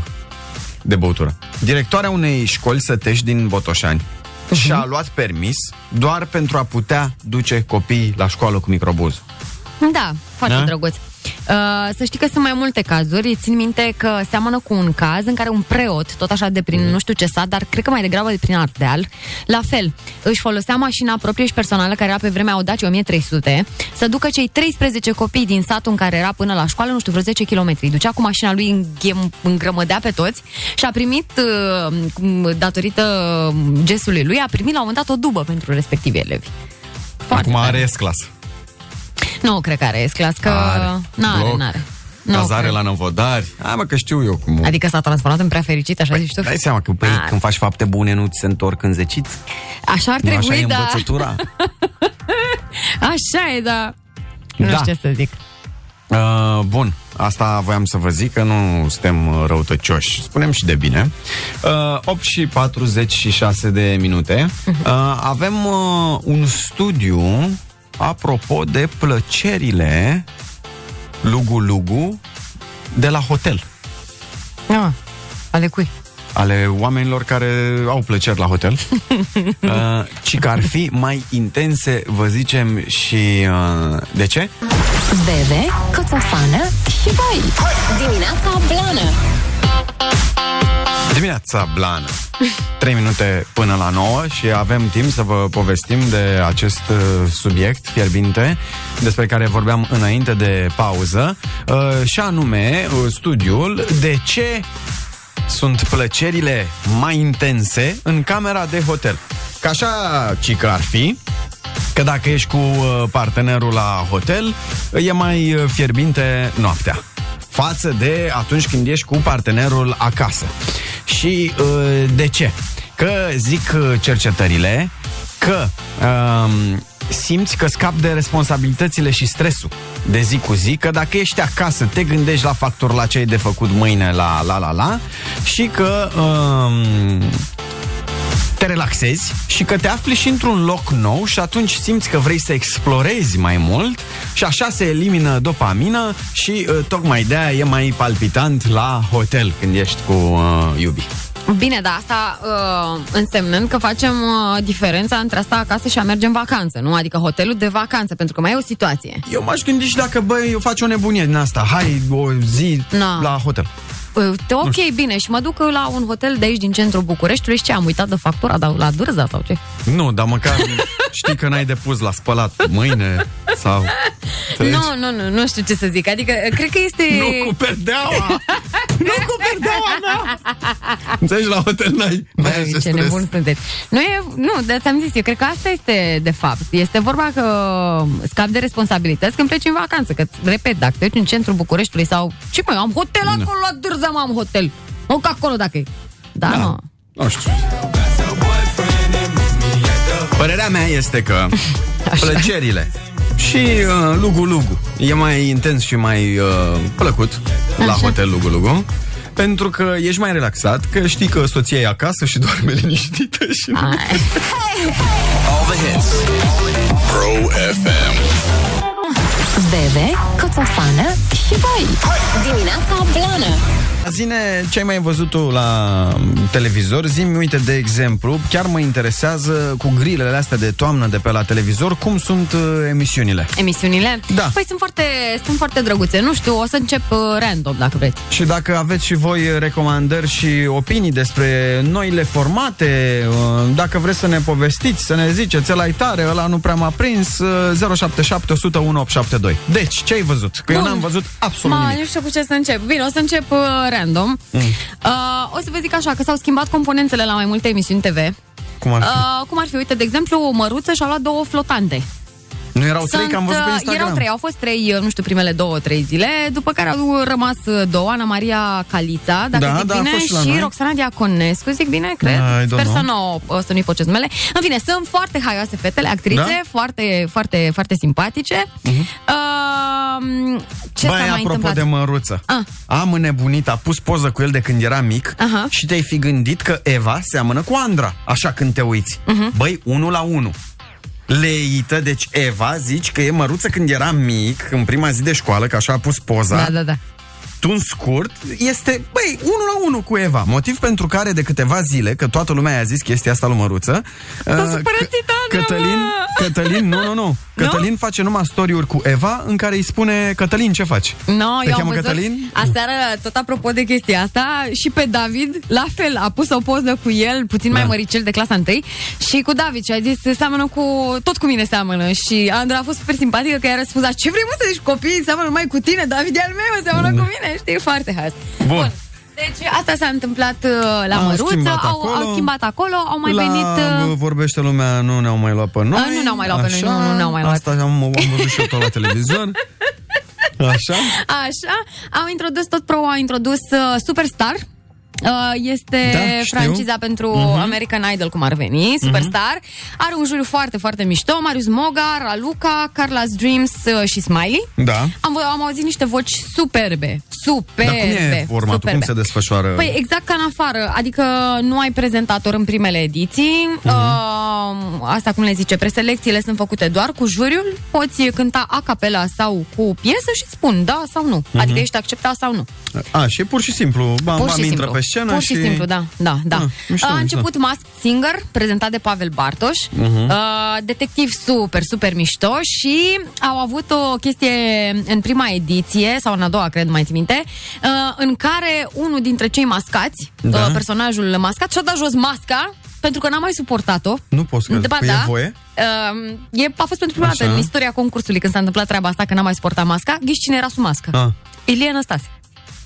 Speaker 2: de băutură. Directoarea unei școli sătești din Botoșani
Speaker 3: Mhm.
Speaker 2: uh-huh. și-a luat permis doar pentru a putea duce copiii la școală cu microbuz.
Speaker 3: Da, foarte
Speaker 2: Da?
Speaker 3: da? drăguț. Uh, să știi că sunt mai multe cazuri. Țin minte că seamănă cu un caz în care un preot, tot așa de prin nu știu ce sat, dar cred că mai degrabă de prin Ardeal, la fel, își folosea mașina proprie și personală care era pe vremea Audace 1300 să ducă cei 13 copii din satul în care era până la școală, nu știu, vreo 10 km. Ducea cu mașina lui, înghem- îngrămădea pe toți și a primit, uh, cum- datorită uh, gestului lui, a primit la un moment dat o dubă pentru respectivii elevi. Foarte
Speaker 2: Acum
Speaker 3: tare.
Speaker 2: are S-clasă.
Speaker 3: Nu, cred că are S-clas, că...
Speaker 2: Are.
Speaker 3: N-are,
Speaker 2: Bloc.
Speaker 3: n-are. Nu,
Speaker 2: Cazare
Speaker 3: cred.
Speaker 2: la năvodari. Hai mă că știu eu cum...
Speaker 3: Adică Ah. s-a transformat în prea fericit, așa zici tu?
Speaker 2: Dai seama că păi,
Speaker 3: Ar-
Speaker 2: când faci fapte bune nu ți se întorc în zecit?
Speaker 3: Așa ar
Speaker 2: Nu așa e
Speaker 3: trebui, da.
Speaker 2: învățătura?
Speaker 3: Așa e, da. Nu
Speaker 2: Da.
Speaker 3: știu ce să zic.
Speaker 2: Uh, bun, asta voiam să vă zic că nu suntem uh, răutăcioși. Spunem și de bine. Uh, 8 și 46 de minute.
Speaker 3: Mhm.
Speaker 2: Uh, avem uh, un studiu apropo de plăcerile lugu-lugu de la hotel.
Speaker 3: Nu, ale cui?
Speaker 2: ale oamenilor care au plăceri la hotel, uh, ci că ar fi mai intense, vă zicem, și uh, de ce?
Speaker 1: Bebe, Coțofană și voi Dimineața Blană
Speaker 2: Dimineața blană. 3 minute până la 9 și avem timp să vă povestim de acest uh, subiect fierbinte despre care vorbeam înainte de pauză uh, și anume uh, studiul de ce sunt plăcerile mai intense în camera de hotel. Ca așa, ci că ar fi, că dacă ești cu uh, partenerul la hotel, e mai uh, fierbinte noaptea față de atunci când ești cu partenerul acasă. Și uh, de ce? Că zic uh, cercetările că um, simți că scapi de responsabilitățile și stresul de zi cu zi, că dacă ești acasă, te gândești la facturi, la ce ai de făcut mâine, la la la la, și că um, te relaxezi și că te afli și într-un loc nou și atunci simți că vrei să explorezi mai mult și așa se elimină dopamină și uh, tocmai de-aia e mai palpitant la hotel când ești cu uh, iubii.
Speaker 3: Bine, dar asta uh, însemnând că facem uh, diferența între asta acasă și a merge în vacanță, nu? Adică hotelul de vacanță, pentru că mai e o situație.
Speaker 2: Eu m-aș gândi și dacă, băi, eu fac o nebunie din asta, hai o zi
Speaker 3: Na.
Speaker 2: la hotel.
Speaker 3: Uh, Te, ok, bine, și mă duc uh, la un hotel de aici, din centrul Bucureștiului, și ce, am uitat de factura dar la Dârza sau ce?
Speaker 2: Nu, dar măcar știi că n-ai depus la spălat mâine sau...
Speaker 3: Nu, nu, nu, nu știu ce să zic. Adică, uh, cred că este...
Speaker 2: Nu cu perdeaua! nu cu perdeaua mea! Înțelegi, la hotel n-ai, n-ai
Speaker 3: Băi,
Speaker 2: acest
Speaker 3: ce
Speaker 2: stres.
Speaker 3: nebun sunteți. Nu, e, nu, dar ți-am zis, eu cred că asta este de fapt. Este vorba că scap de responsabilități când pleci în vacanță. Că, repet, dacă te duci în centrul Bucureștiului sau... Ce mai am hotel acolo la Dârza, mă, am hotel. Mă, că acolo dacă e. Da, da. Mă.
Speaker 2: Ah, Nu știu. Părerea mea este că plăcerile și uh, lugu-lugu e mai intens și mai uh, plăcut la
Speaker 3: Așa.
Speaker 2: hotel lugu-lugu. Pentru că ești mai relaxat, că știi că soția e acasă și doarme liniștită și nu...
Speaker 9: All the hits. Pro FM.
Speaker 1: Bebe, Coțofană și voi Dimineața Blană
Speaker 2: Zine ce ai mai văzut tu la um, televizor Zimi, uite, de exemplu Chiar mă interesează cu grilele astea de toamnă De pe la televizor Cum sunt uh, emisiunile
Speaker 3: Emisiunile?
Speaker 2: Da.
Speaker 3: Păi sunt foarte, sunt foarte drăguțe. Nu știu, o să încep uh, random, dacă vreți.
Speaker 2: Și dacă aveți și voi recomandări și opinii despre noile formate, uh, dacă vreți să ne povestiți, să ne ziceți, ăla e tare, ăla nu prea m-a prins, uh, 077 100 1872. Deci, ce ai văzut? Că Bun. eu
Speaker 3: Bun.
Speaker 2: n-am văzut absolut
Speaker 3: Ma,
Speaker 2: nimic.
Speaker 3: nu știu cu ce să încep. Bine, o să încep uh, random. Mm. Uh, o să vă zic așa, că s-au schimbat componențele la mai multe emisiuni TV.
Speaker 2: Cum ar fi?
Speaker 3: Uh, cum ar fi? Uite, de exemplu, o măruță și-a luat două flotante.
Speaker 2: Nu erau trei, că am văzut pe
Speaker 3: uh,
Speaker 2: Instagram.
Speaker 3: Erau trei, au fost trei, uh, nu știu, primele două, trei zile, după care au rămas uh, două, Ana Maria Calița, dacă
Speaker 2: Da,
Speaker 3: zic
Speaker 2: da, a
Speaker 3: bine,
Speaker 2: fost și la
Speaker 3: și,
Speaker 2: noi.
Speaker 3: Roxana Diaconescu, zic bine, cred.
Speaker 2: Da, I don't
Speaker 3: Sper
Speaker 2: know.
Speaker 3: să nu, o să nu-i pocesc numele. În fine, sunt foarte haioase fetele, actrițe,
Speaker 2: Da? Mhm.
Speaker 3: foarte, foarte, foarte simpatice. Uh, ce
Speaker 2: Băi,
Speaker 3: s-a mai
Speaker 2: apropo
Speaker 3: întâmplat?
Speaker 2: de măruță,
Speaker 3: Ah.
Speaker 2: am înnebunit, a pus poză cu el de când era mic
Speaker 3: Aha.
Speaker 2: și te-ai fi gândit că Eva seamănă cu Andra, așa când te uiți.
Speaker 3: Mhm.
Speaker 2: Băi, unul la unul. Leită, deci Eva, zici că e măruță când era mic, în prima zi de școală, că așa a pus poza.
Speaker 3: Da, da, da.
Speaker 2: Tu în scurt, este, băi, unul la unul cu Eva. Motiv pentru care de câteva zile, că toată lumea a zis chestia asta lui Măruță, uh,
Speaker 3: supărat
Speaker 2: Că-
Speaker 3: Titania,
Speaker 2: Cătălin,
Speaker 3: mă!
Speaker 2: Cătălin, nu, nu, nu. Cătălin face numai story-uri cu Eva în care îi spune Cătălin, ce faci?
Speaker 3: No,
Speaker 2: Te
Speaker 3: eu am
Speaker 2: cheamă
Speaker 3: văzut
Speaker 2: Cătălin?
Speaker 3: aseară, tot apropo de chestia asta, și pe David, la fel, a pus o poză cu el, puțin
Speaker 2: Da.
Speaker 3: mai măricel de clasa 1 și cu David și a zis, seamănă cu, tot cu mine seamănă și Andra a fost super simpatică că i-a răspuns, "Dar ce vrei mă să zici copiii, seamănă numai cu tine, David e al meu, seamănă
Speaker 2: Da.
Speaker 3: cu mine, știi, foarte has.
Speaker 2: Bun.
Speaker 3: Deci asta s-a întâmplat uh, la
Speaker 2: Au
Speaker 3: Măruță,
Speaker 2: schimbat
Speaker 3: au,
Speaker 2: acolo.
Speaker 3: au schimbat acolo, au mai
Speaker 2: la
Speaker 3: venit...
Speaker 2: uh,
Speaker 3: Uh,
Speaker 2: vorbește lumea, nu ne-au mai luat pe noi.
Speaker 3: nu ne-au mai luat pe noi,
Speaker 2: așa,
Speaker 3: nu, nu ne-au mai luat.
Speaker 2: Asta am, am văzut și eu tot la televizor. Așa?
Speaker 3: Așa, au introdus, tot Pro a introdus uh, Superstar. Uh, este
Speaker 2: Da, știu. Mhm.
Speaker 3: franciza pentru uh-huh. American Idol, cum ar veni, Superstar. Uh-huh. Are un juriu foarte, foarte mișto, Marius Moga, Raluca, Carla's Dreams uh, și Smiley.
Speaker 2: Da.
Speaker 3: Am, am auzit niște voci superbe, superbe,
Speaker 2: Dar cum e formatul?
Speaker 3: superbe.
Speaker 2: Cum se desfășoară?
Speaker 3: Păi exact ca în afară, adică nu ai prezentator în primele ediții, uh-huh. uh, asta cum le zice, preselecțiile sunt făcute doar cu juriul, poți cânta a capela sau cu piesă și spun da sau nu, uh-huh. adică ești acceptat sau nu.
Speaker 2: A, și pur și simplu, bam,
Speaker 3: Pur
Speaker 2: bam,
Speaker 3: și
Speaker 2: intră
Speaker 3: simplu.
Speaker 2: pe scenă
Speaker 3: Pur
Speaker 2: și...
Speaker 3: și, simplu, da, da, da.
Speaker 2: Ah, mișto,
Speaker 3: a
Speaker 2: mișto.
Speaker 3: început Mask Singer, prezentat de Pavel Bartoș,
Speaker 2: Mhm.
Speaker 3: uh-huh. uh, detectiv super, super mișto și au avut o chestie în prima ediție, sau în a doua, cred, mai țin minte, uh, în care unul dintre cei mascați,
Speaker 2: Da.
Speaker 3: uh, personajul mascat, și-a dat jos masca pentru că n-a mai suportat-o.
Speaker 2: Nu pot să cred.
Speaker 3: Ba da.
Speaker 2: Păi e voie?
Speaker 3: Uh, e, a fost pentru prima
Speaker 2: Așa.
Speaker 3: dată în istoria concursului când s-a întâmplat treaba asta, că n-a mai suportat masca. Ghiși cine era sub mască?
Speaker 2: Ah.
Speaker 3: Ilie Năstase.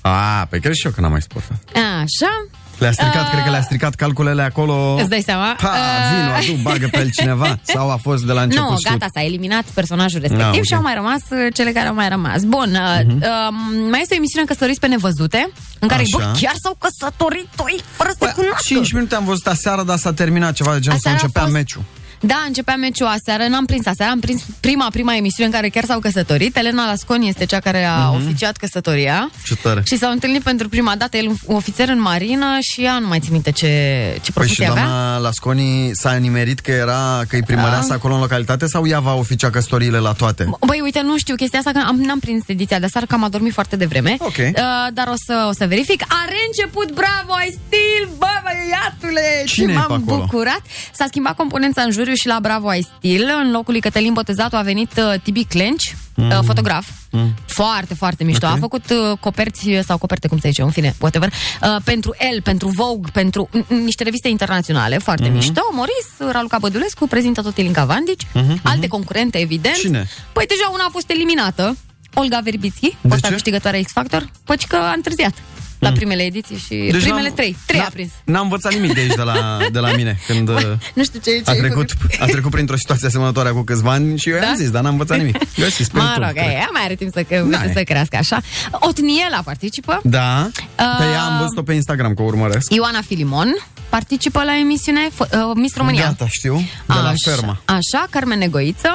Speaker 2: A, pe cred și eu că n-am mai suportat.
Speaker 3: Așa.
Speaker 2: Le-a stricat,
Speaker 3: Ah.
Speaker 2: cred că le-a stricat calculele acolo.
Speaker 3: Îți dai seama?
Speaker 2: Pa,
Speaker 3: Ah.
Speaker 2: vino, adu, bagă pe el cineva. Sau a fost de la început.
Speaker 3: Nu,
Speaker 2: și-
Speaker 3: gata, s-a eliminat personajul respectiv
Speaker 2: Ah, ok. Mhm.
Speaker 3: și au mai rămas uh, cele care au mai rămas. Bun, uh, um, mai este o emisiune Căsătoriți pe nevăzute, în care,
Speaker 2: Așa. Păi,
Speaker 3: bă, chiar s-au căsătorit doi fără să se
Speaker 2: Bă,
Speaker 3: cunoască.
Speaker 2: 5 minute am văzut aseară, dar s-a terminat ceva de genul, s-a
Speaker 3: Aseară a
Speaker 2: începea
Speaker 3: fost-
Speaker 2: meciul.
Speaker 3: Da, începea meciul aseară, n-am prins aseară, am prins prima, prima emisiune în care chiar s-au căsătorit. Elena Lasconi este cea care
Speaker 2: Mhm.
Speaker 3: a oficiat căsătoria.
Speaker 2: Ce tare.
Speaker 3: Și s-au întâlnit pentru prima dată, el un un ofițer în marină și ea nu mai țin minte ce, ce
Speaker 2: Păi
Speaker 3: profesie
Speaker 2: și
Speaker 3: avea. Da.
Speaker 2: doamna Lasconi s-a nimerit că era că îi primărea să acolo în localitate sau ea va oficia căsătoriile la toate?
Speaker 3: Băi, uite, nu știu chestia asta, că am, n-am prins ediția de seară, că am adormit foarte devreme.
Speaker 2: Ok.
Speaker 3: Uh, dar o să, o să verific. A reînceput, bravo, ai stil, bă, băiatule!
Speaker 2: Cine e
Speaker 3: ce
Speaker 2: pe
Speaker 3: m-am
Speaker 2: acolo?
Speaker 3: bucurat. S-a schimbat componența în juriu și la bravo, ai stil. În locul lui Cătălin Botezatu a venit uh, Tibi Clenci, mm. uh, fotograf. Mm. Foarte, foarte mișto.
Speaker 2: Ok.
Speaker 3: A făcut uh, coperți sau coperte, cum se zice, în fine, whatever, uh, pentru El, pentru Vogue, pentru n- n- niște reviste internaționale, foarte
Speaker 2: Mhm.
Speaker 3: mm-hmm. mișto. Moris, Raluca Bădulescu, prezintă tot Ilinca Vandici, mm-hmm. alte concurente, evident.
Speaker 2: Mhm, Cine?
Speaker 3: Păi deja una a fost eliminată, Olga Verbitski,
Speaker 2: De
Speaker 3: fosta
Speaker 2: ce? Mm.
Speaker 3: câștigătoare X-Factor, păci că a întârziat la primele ediții și deci primele
Speaker 2: n-am-
Speaker 3: trei. Trei
Speaker 2: n-a-
Speaker 3: a prins.
Speaker 2: N-am învățat nimic de aici, de la, de la mine, când uh,
Speaker 3: Nu știu ce e, ce
Speaker 2: a
Speaker 3: e cu-
Speaker 2: trecut, a trecut printr-o situație asemănătoare cu câțiva ani și eu da?
Speaker 3: Da?
Speaker 2: i-am zis, dar n-am învățat nimic. Eu și spun
Speaker 3: Mă
Speaker 2: tu,
Speaker 3: rog,
Speaker 2: cred.
Speaker 3: e, mai are timp să, că,
Speaker 2: Da, e.
Speaker 3: să crească așa. Otniela participă.
Speaker 2: Da, pe
Speaker 3: Uh,
Speaker 2: ea am văzut-o pe Instagram, că o urmăresc.
Speaker 3: Ioana Filimon participă la emisiune fo- uh, Miss România.
Speaker 2: Gata, știu, de la
Speaker 3: Așa-
Speaker 2: ferma.
Speaker 3: Așa, Carmen Negoiță,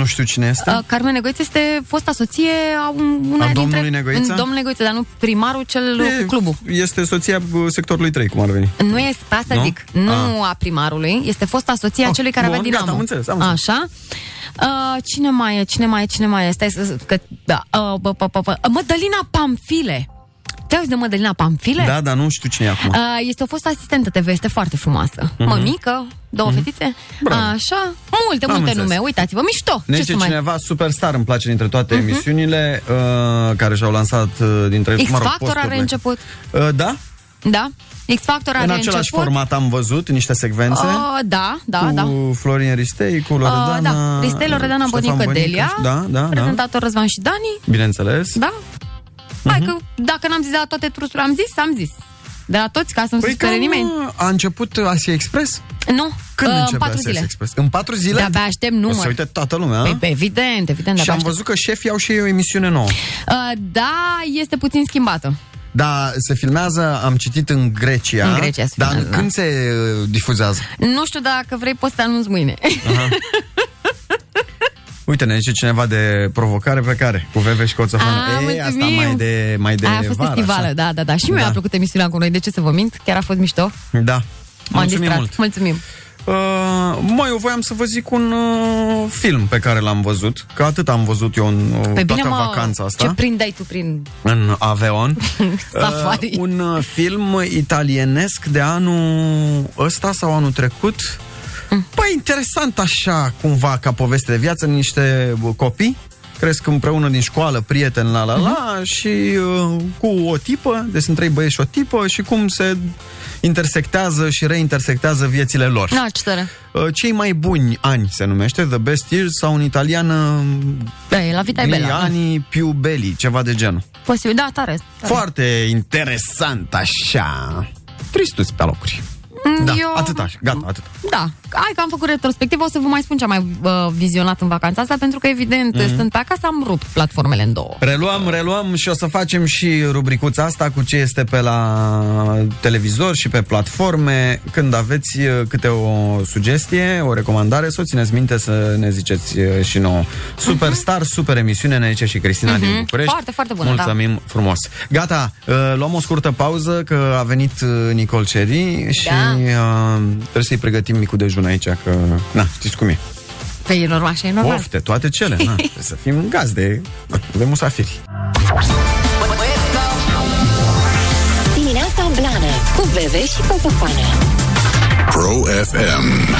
Speaker 2: Nu știu cine este.
Speaker 3: Uh, Carmen Negoiță este fosta soție a un, una
Speaker 2: Da. A
Speaker 3: dintre...
Speaker 2: domnului Negoiță?
Speaker 3: În Domnul Negoiță, dar nu primarul cel
Speaker 2: E-
Speaker 3: e... clubul.
Speaker 2: Este soția uh, sectorului 3, cum ar veni.
Speaker 3: Nu este, pe asta
Speaker 2: Nu?
Speaker 3: nu? zic, nu a, a primarului, este fosta soție a
Speaker 2: Ah,
Speaker 3: celui care
Speaker 2: bun,
Speaker 3: avea Dinamo.
Speaker 2: gata, am înțeles, am înțeles.
Speaker 3: Așa. Uh, cine mai e, cine mai e, cine mai e? Stai să... Că, da, uh, bă, bă, bă, bă. Mădălina Pamfile. Te auzi de Mădălina Pamfile?
Speaker 2: Da, dar nu știu cine e acum.
Speaker 3: Uh, este o fostă asistentă TV, este foarte frumoasă. Uh-huh. Mămică, două uh-huh. fetițe.
Speaker 2: Mhm. Bravo.
Speaker 3: Așa, multe,
Speaker 2: Am
Speaker 3: multe
Speaker 2: înțeles.
Speaker 3: nume. Uitați-vă, mișto.
Speaker 2: Ne
Speaker 3: Ce
Speaker 2: zice
Speaker 3: să mai...
Speaker 2: Deci
Speaker 3: Mhm.
Speaker 2: cineva, superstar îmi place dintre toate uh-huh. emisiunile uh, care și-au lansat uh, dintre...
Speaker 3: X Factor
Speaker 2: posturile.
Speaker 3: a reînceput.
Speaker 2: Uh, da,
Speaker 3: Da? X Factor are
Speaker 2: în același
Speaker 3: început.
Speaker 2: format am văzut niște secvențe.
Speaker 3: Uh, da, da,
Speaker 2: cu
Speaker 3: da.
Speaker 2: Florin Ristei, cu Loredana...
Speaker 3: Uh, da, Ristel Loredana
Speaker 2: Ștefan
Speaker 3: Bonică
Speaker 2: Bănică
Speaker 3: Delia,
Speaker 2: și- Da, da, da.
Speaker 3: prezentator Răzvan și Dani,
Speaker 2: Bineînțeles.
Speaker 3: da?
Speaker 2: Mhm.
Speaker 3: Hai că dacă n-am zis de la toate trusurile, am zis, am zis. De la toți, ca să nu se supere
Speaker 2: cam,
Speaker 3: nimeni.
Speaker 2: uh, a început uh, Asia Express?
Speaker 3: Nu,
Speaker 2: Când
Speaker 3: uh, în
Speaker 2: începe
Speaker 3: patru
Speaker 2: Asia
Speaker 3: zile.
Speaker 2: Express? În patru zile?
Speaker 3: De-abia aștept
Speaker 2: O să
Speaker 3: număr.
Speaker 2: uite toată lumea.
Speaker 3: Păi, păi, evident, evident,
Speaker 2: și
Speaker 3: de-abia
Speaker 2: am
Speaker 3: aștept.
Speaker 2: văzut că șefii au și ei o emisiune nouă.
Speaker 3: Uh, da, este puțin schimbată.
Speaker 2: Da, se filmează, am citit în Grecia.
Speaker 3: În Grecia se
Speaker 2: Dar
Speaker 3: filmează, da.
Speaker 2: când se uh, difuzează?
Speaker 3: Nu știu dacă vrei, poți să te anunț mâine.
Speaker 2: Uite, ne zice cineva de provocare pe care cu Veve și
Speaker 3: A,
Speaker 2: Coțofană. Ei,
Speaker 3: mulțumim.
Speaker 2: asta mai de, mai de
Speaker 3: Aia a fost
Speaker 2: vară,
Speaker 3: festivală,
Speaker 2: așa.
Speaker 3: da, da, da. Și mi-a
Speaker 2: Da.
Speaker 3: plăcut emisiunea cu noi, de ce să vă mint? Chiar a fost mișto.
Speaker 2: Da.
Speaker 3: M-am
Speaker 2: Mulțumim
Speaker 3: distrat.
Speaker 2: mult.
Speaker 3: Mulțumim.
Speaker 2: Uh, mă, eu voiam să vă zic un uh, film pe care l-am văzut, că atât am văzut eu în uh,
Speaker 3: Pe Păi bine,
Speaker 2: toată
Speaker 3: mă,
Speaker 2: vacanța asta,
Speaker 3: ce prindeai tu prin...
Speaker 2: în Aveon. Uh,
Speaker 3: Safari.
Speaker 2: un uh, film italienesc de anul ăsta sau anul trecut,
Speaker 3: Mm.
Speaker 2: Păi interesant așa, cumva, ca poveste de viață, niște bă, copii cresc împreună din școală, prieteni, la la
Speaker 3: Mhm.
Speaker 2: la, și uh, cu o tipă, deci sunt trei băieți și o tipă, și cum se intersectează și reintersectează viețile lor.
Speaker 3: Na, ce tare.
Speaker 2: Uh, Cei mai buni ani se numește, The Best Years, sau în italiană,
Speaker 3: Da, e la Vita e
Speaker 2: Gli
Speaker 3: Bella. da.
Speaker 2: Ani Piu Belli, ceva de genul.
Speaker 3: Posibil, da, tare. tare.
Speaker 2: Foarte interesant, așa. Tristus pe locuri.
Speaker 3: Mm,
Speaker 2: Da,
Speaker 3: eu-
Speaker 2: atât așa, gata, atât.
Speaker 3: Da, hai că am făcut retrospectivă, o să vă mai spun ce am mai uh, vizionat în vacanța asta, pentru că evident,
Speaker 2: Mhm.
Speaker 3: mm-hmm. stând pe acasă, am rupt platformele în două.
Speaker 2: Reluăm, reluăm și o să facem și rubricuța asta cu ce este pe la televizor și pe platforme. Când aveți uh, câte o sugestie, o recomandare, să o țineți minte să ne ziceți uh, și nouă. Superstar, super emisiune, ne zice și Cristina din București.
Speaker 3: Mhm. Foarte, foarte bună, da.
Speaker 2: Mulțumim da. frumos. Gata, uh, luăm o scurtă pauză că a venit uh, Nicol Ceri și
Speaker 3: Da.
Speaker 2: uh, trebuie să-i pregătim micul dejun aici, că na, știți cum e.
Speaker 3: Pe e normal, așa e normal.
Speaker 2: Pofte, toate cele, na, trebuie să fim gazde, na, de musafiri.
Speaker 1: Dimineața Blană Cu Bebe și Coțofană
Speaker 10: Pro FM.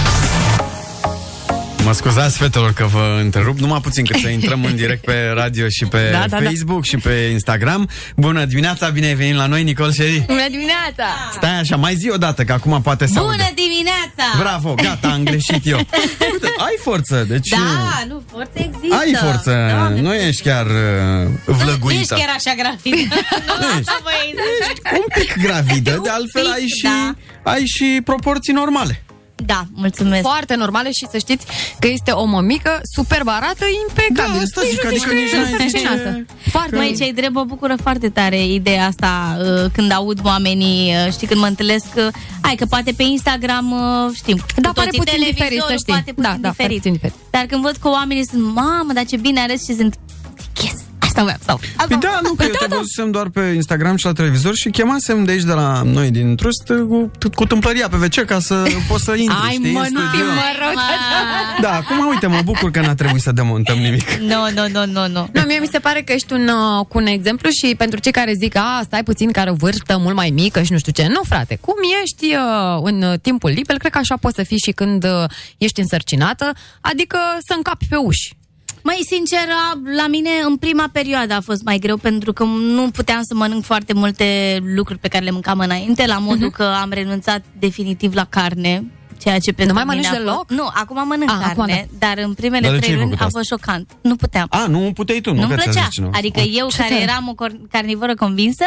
Speaker 11: Mă scuzați, fetelor, că vă întrerup numai puțin că să intrăm în direct pe radio și pe da,
Speaker 3: Da, da, da.
Speaker 11: da, Facebook da. și pe Instagram. Bună dimineața, bine ai venit la noi, Nicol Șeri.
Speaker 3: Bună dimineața!
Speaker 8: Da.
Speaker 11: Stai așa, mai zi o dată, că acum poate să audă.
Speaker 12: Da. Bună dimineața!
Speaker 11: Bravo, gata, am greșit eu. Păi
Speaker 2: Uite, ai forță, deci...
Speaker 12: Da, nu, forță există.
Speaker 2: Ai forță,
Speaker 12: Doamne,
Speaker 2: nu ești chiar uh,
Speaker 12: Nu ești
Speaker 2: vlăguită.
Speaker 12: chiar așa Da, grafică. nu, asta vă ești.
Speaker 2: Un pic gravidă, de altfel
Speaker 12: pic,
Speaker 2: ai și,
Speaker 12: da.
Speaker 2: ai și proporții normale.
Speaker 12: Da, mulțumesc.
Speaker 3: Foarte normale și să știți că este o mămică super barată, impecabil.
Speaker 2: Da, asta
Speaker 3: Nici
Speaker 2: zic,
Speaker 3: nu
Speaker 2: adică
Speaker 3: zici
Speaker 2: nici
Speaker 3: că
Speaker 2: n-ai
Speaker 3: sunt
Speaker 2: zice-
Speaker 3: sărcinată. Foarte.
Speaker 12: Măi, cei drept mă bucură foarte tare ideea asta uh, când aud oamenii, uh, știi, când mă întâlnesc, uh, hai că poate pe Instagram uh, știm. cu
Speaker 3: Da, pare
Speaker 12: toții
Speaker 3: puțin diferit, să
Speaker 12: televizorul,
Speaker 3: știi.
Speaker 12: Poate puțin
Speaker 3: Da, da, pare
Speaker 12: diferit.
Speaker 3: puțin diferit.
Speaker 12: Dar când văd că oamenii sunt, mamă, dar ce bine arăți și sunt, yes, asta voiam, sau
Speaker 2: Păi da, nu, că eu te văzusem doar pe Instagram și la televizor și chemasem de aici, de la noi, din Trust, cu, cu tâmplăria pe WC ca să poți să intri,
Speaker 3: Ai,
Speaker 2: știi?
Speaker 3: mă,
Speaker 2: în
Speaker 3: nu fi
Speaker 2: studio.
Speaker 3: mă rău.
Speaker 2: Da, acum uite, mă bucur că n-a trebuit să demontăm nimic.
Speaker 12: Nu, nu, nu, nu, nu.
Speaker 3: Nu, mie mi se pare că ești un, uh, cu un exemplu și pentru cei care zic, a, stai puțin, care vârstă mult mai mică și nu știu ce. Nu, frate, cum ești uh, în uh, timpul liber, cred că așa poți să fii și când uh, ești însărcinată, adică să încapi pe uși.
Speaker 12: Mai sincer, a- la mine în prima perioadă a fost mai greu pentru că nu puteam să mănânc foarte multe lucruri pe care le mâncam înainte, la
Speaker 3: Mhm.
Speaker 12: modul că am renunțat definitiv la carne, ceea ce pentru
Speaker 3: mai
Speaker 12: mine
Speaker 3: mănânci
Speaker 12: a fost-
Speaker 3: deloc?
Speaker 12: Nu, acum mănânc
Speaker 3: Ah,
Speaker 12: carne,
Speaker 3: acum
Speaker 12: dar în primele
Speaker 2: Dar de ce
Speaker 12: trei
Speaker 2: ai
Speaker 12: luni
Speaker 2: făcut
Speaker 12: a
Speaker 2: asta? Ah,
Speaker 12: fost șocant. Nu puteam.
Speaker 2: A, nu puteai tu, nu?
Speaker 12: Nu-mi
Speaker 2: Că ți-a zis
Speaker 12: plăcea.
Speaker 2: cineva. Oh,
Speaker 12: Adică eu, care
Speaker 3: fel?
Speaker 12: eram o cor- carnivoră convinsă,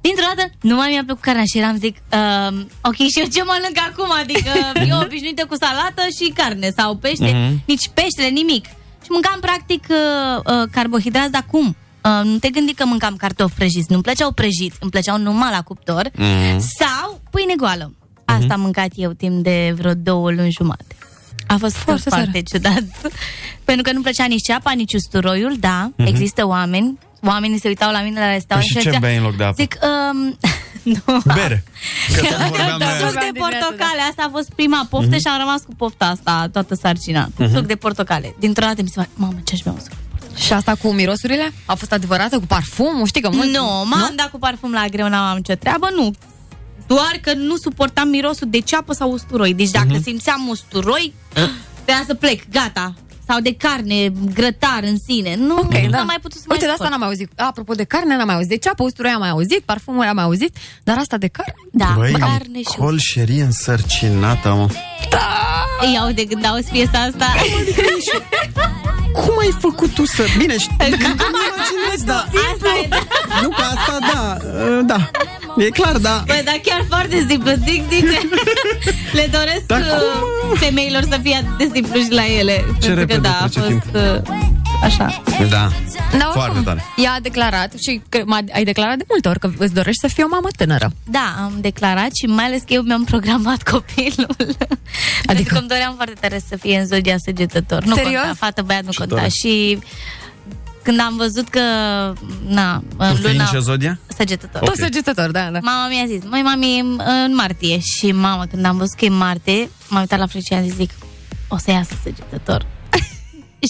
Speaker 12: dintr-o dată nu mai mi-a plăcut carnea și eram zic, um, ok, și eu ce mănânc acum? Adică eu obișnuită cu salată și carne sau pește,
Speaker 2: Mhm.
Speaker 12: nici peștele, nimic. Și mâncam practic uh, uh, carbohidrați, dar cum? Uh, nu te gândi că mâncam cartofi prăjiți, nu-mi plăceau prăjiți, îmi plăceau numai la cuptor
Speaker 2: Mhm.
Speaker 12: sau pâine goală. Asta am mâncat eu timp de vreo două luni jumate. A fost foarte,
Speaker 3: tare.
Speaker 12: foarte ciudat. Pentru că nu plăcea nici ceapa, nici usturoiul, da, mm-hmm. există oameni. Oamenii se uitau la mine la restaurant
Speaker 2: Mhm. Păi și ce
Speaker 12: zicea-
Speaker 2: bei în loc de apă?
Speaker 12: Zic, um, nu.
Speaker 2: Bere. Că tot vorbeam Mhm.
Speaker 12: Da,
Speaker 2: la-
Speaker 12: suc de portocale, asta a fost prima poftă și am rămas cu pofta asta toată sarcina.
Speaker 2: Mhm.
Speaker 12: Suc de portocale. Dintr-o dată mi se pare, mamă, ce-aș bea un suc.
Speaker 3: Și asta cu mirosurile? A fost adevărată cu parfumul? Știi că mult...
Speaker 12: Nu, m-am dat cu parfum la greu, n-am nicio treabă, nu. Doar că nu suportam mirosul de ceapă sau usturoi. Deci dacă simțeam usturoi, trebuia să plec, gata. Sau de carne, grătar în sine. Nu,
Speaker 3: Ok,
Speaker 12: nu
Speaker 3: da.
Speaker 12: am mai putut să
Speaker 3: Uite, de
Speaker 12: mai
Speaker 3: asta n-am mai auzit. Apropo de carne, n-am mai auzit. De ceapă, usturoi am mai auzit, parfumuri am mai auzit, dar asta de carne?
Speaker 12: Da,
Speaker 2: Băi,
Speaker 12: carne și
Speaker 2: col șerie însărcinată, mă.
Speaker 12: Ei, iau de când auzi piesa asta.
Speaker 2: Cum ai făcut tu să... Bine, știu, nu imaginez, da.
Speaker 12: Asta e,
Speaker 2: Nu că asta, da, uh, da. E clar, da.
Speaker 12: bă, dar chiar foarte simplu, zic, zice. Le doresc
Speaker 2: Dar
Speaker 12: uh, femeilor să fie atât de simplu și la ele. pentru
Speaker 2: repede
Speaker 12: că da, a
Speaker 2: trece
Speaker 12: fost
Speaker 2: timpul.
Speaker 12: uh, așa.
Speaker 2: Da.
Speaker 3: Da, oricum,
Speaker 2: Foarte tare.
Speaker 3: Ea a declarat și că m-a- ai declarat de multe ori că îți dorești să fii o mamă tânără.
Speaker 12: Da, am declarat și mai ales că eu mi-am programat copilul. Adică îmi doream foarte tare să fie în zodia săgetător. Nu
Speaker 3: Serios?
Speaker 12: conta, fată, băiat nu conta. Și când am văzut că, na,
Speaker 2: Tu
Speaker 12: în
Speaker 2: fii în
Speaker 12: luna
Speaker 2: ce zodia?
Speaker 12: săgetător.
Speaker 3: Tot săgetător, da, da.
Speaker 12: Mama mi-a zis, măi, mami, e în martie. Și mama, când am văzut că e martie, m-am uitat la fric și am zis, zic, o să iasă săgetător.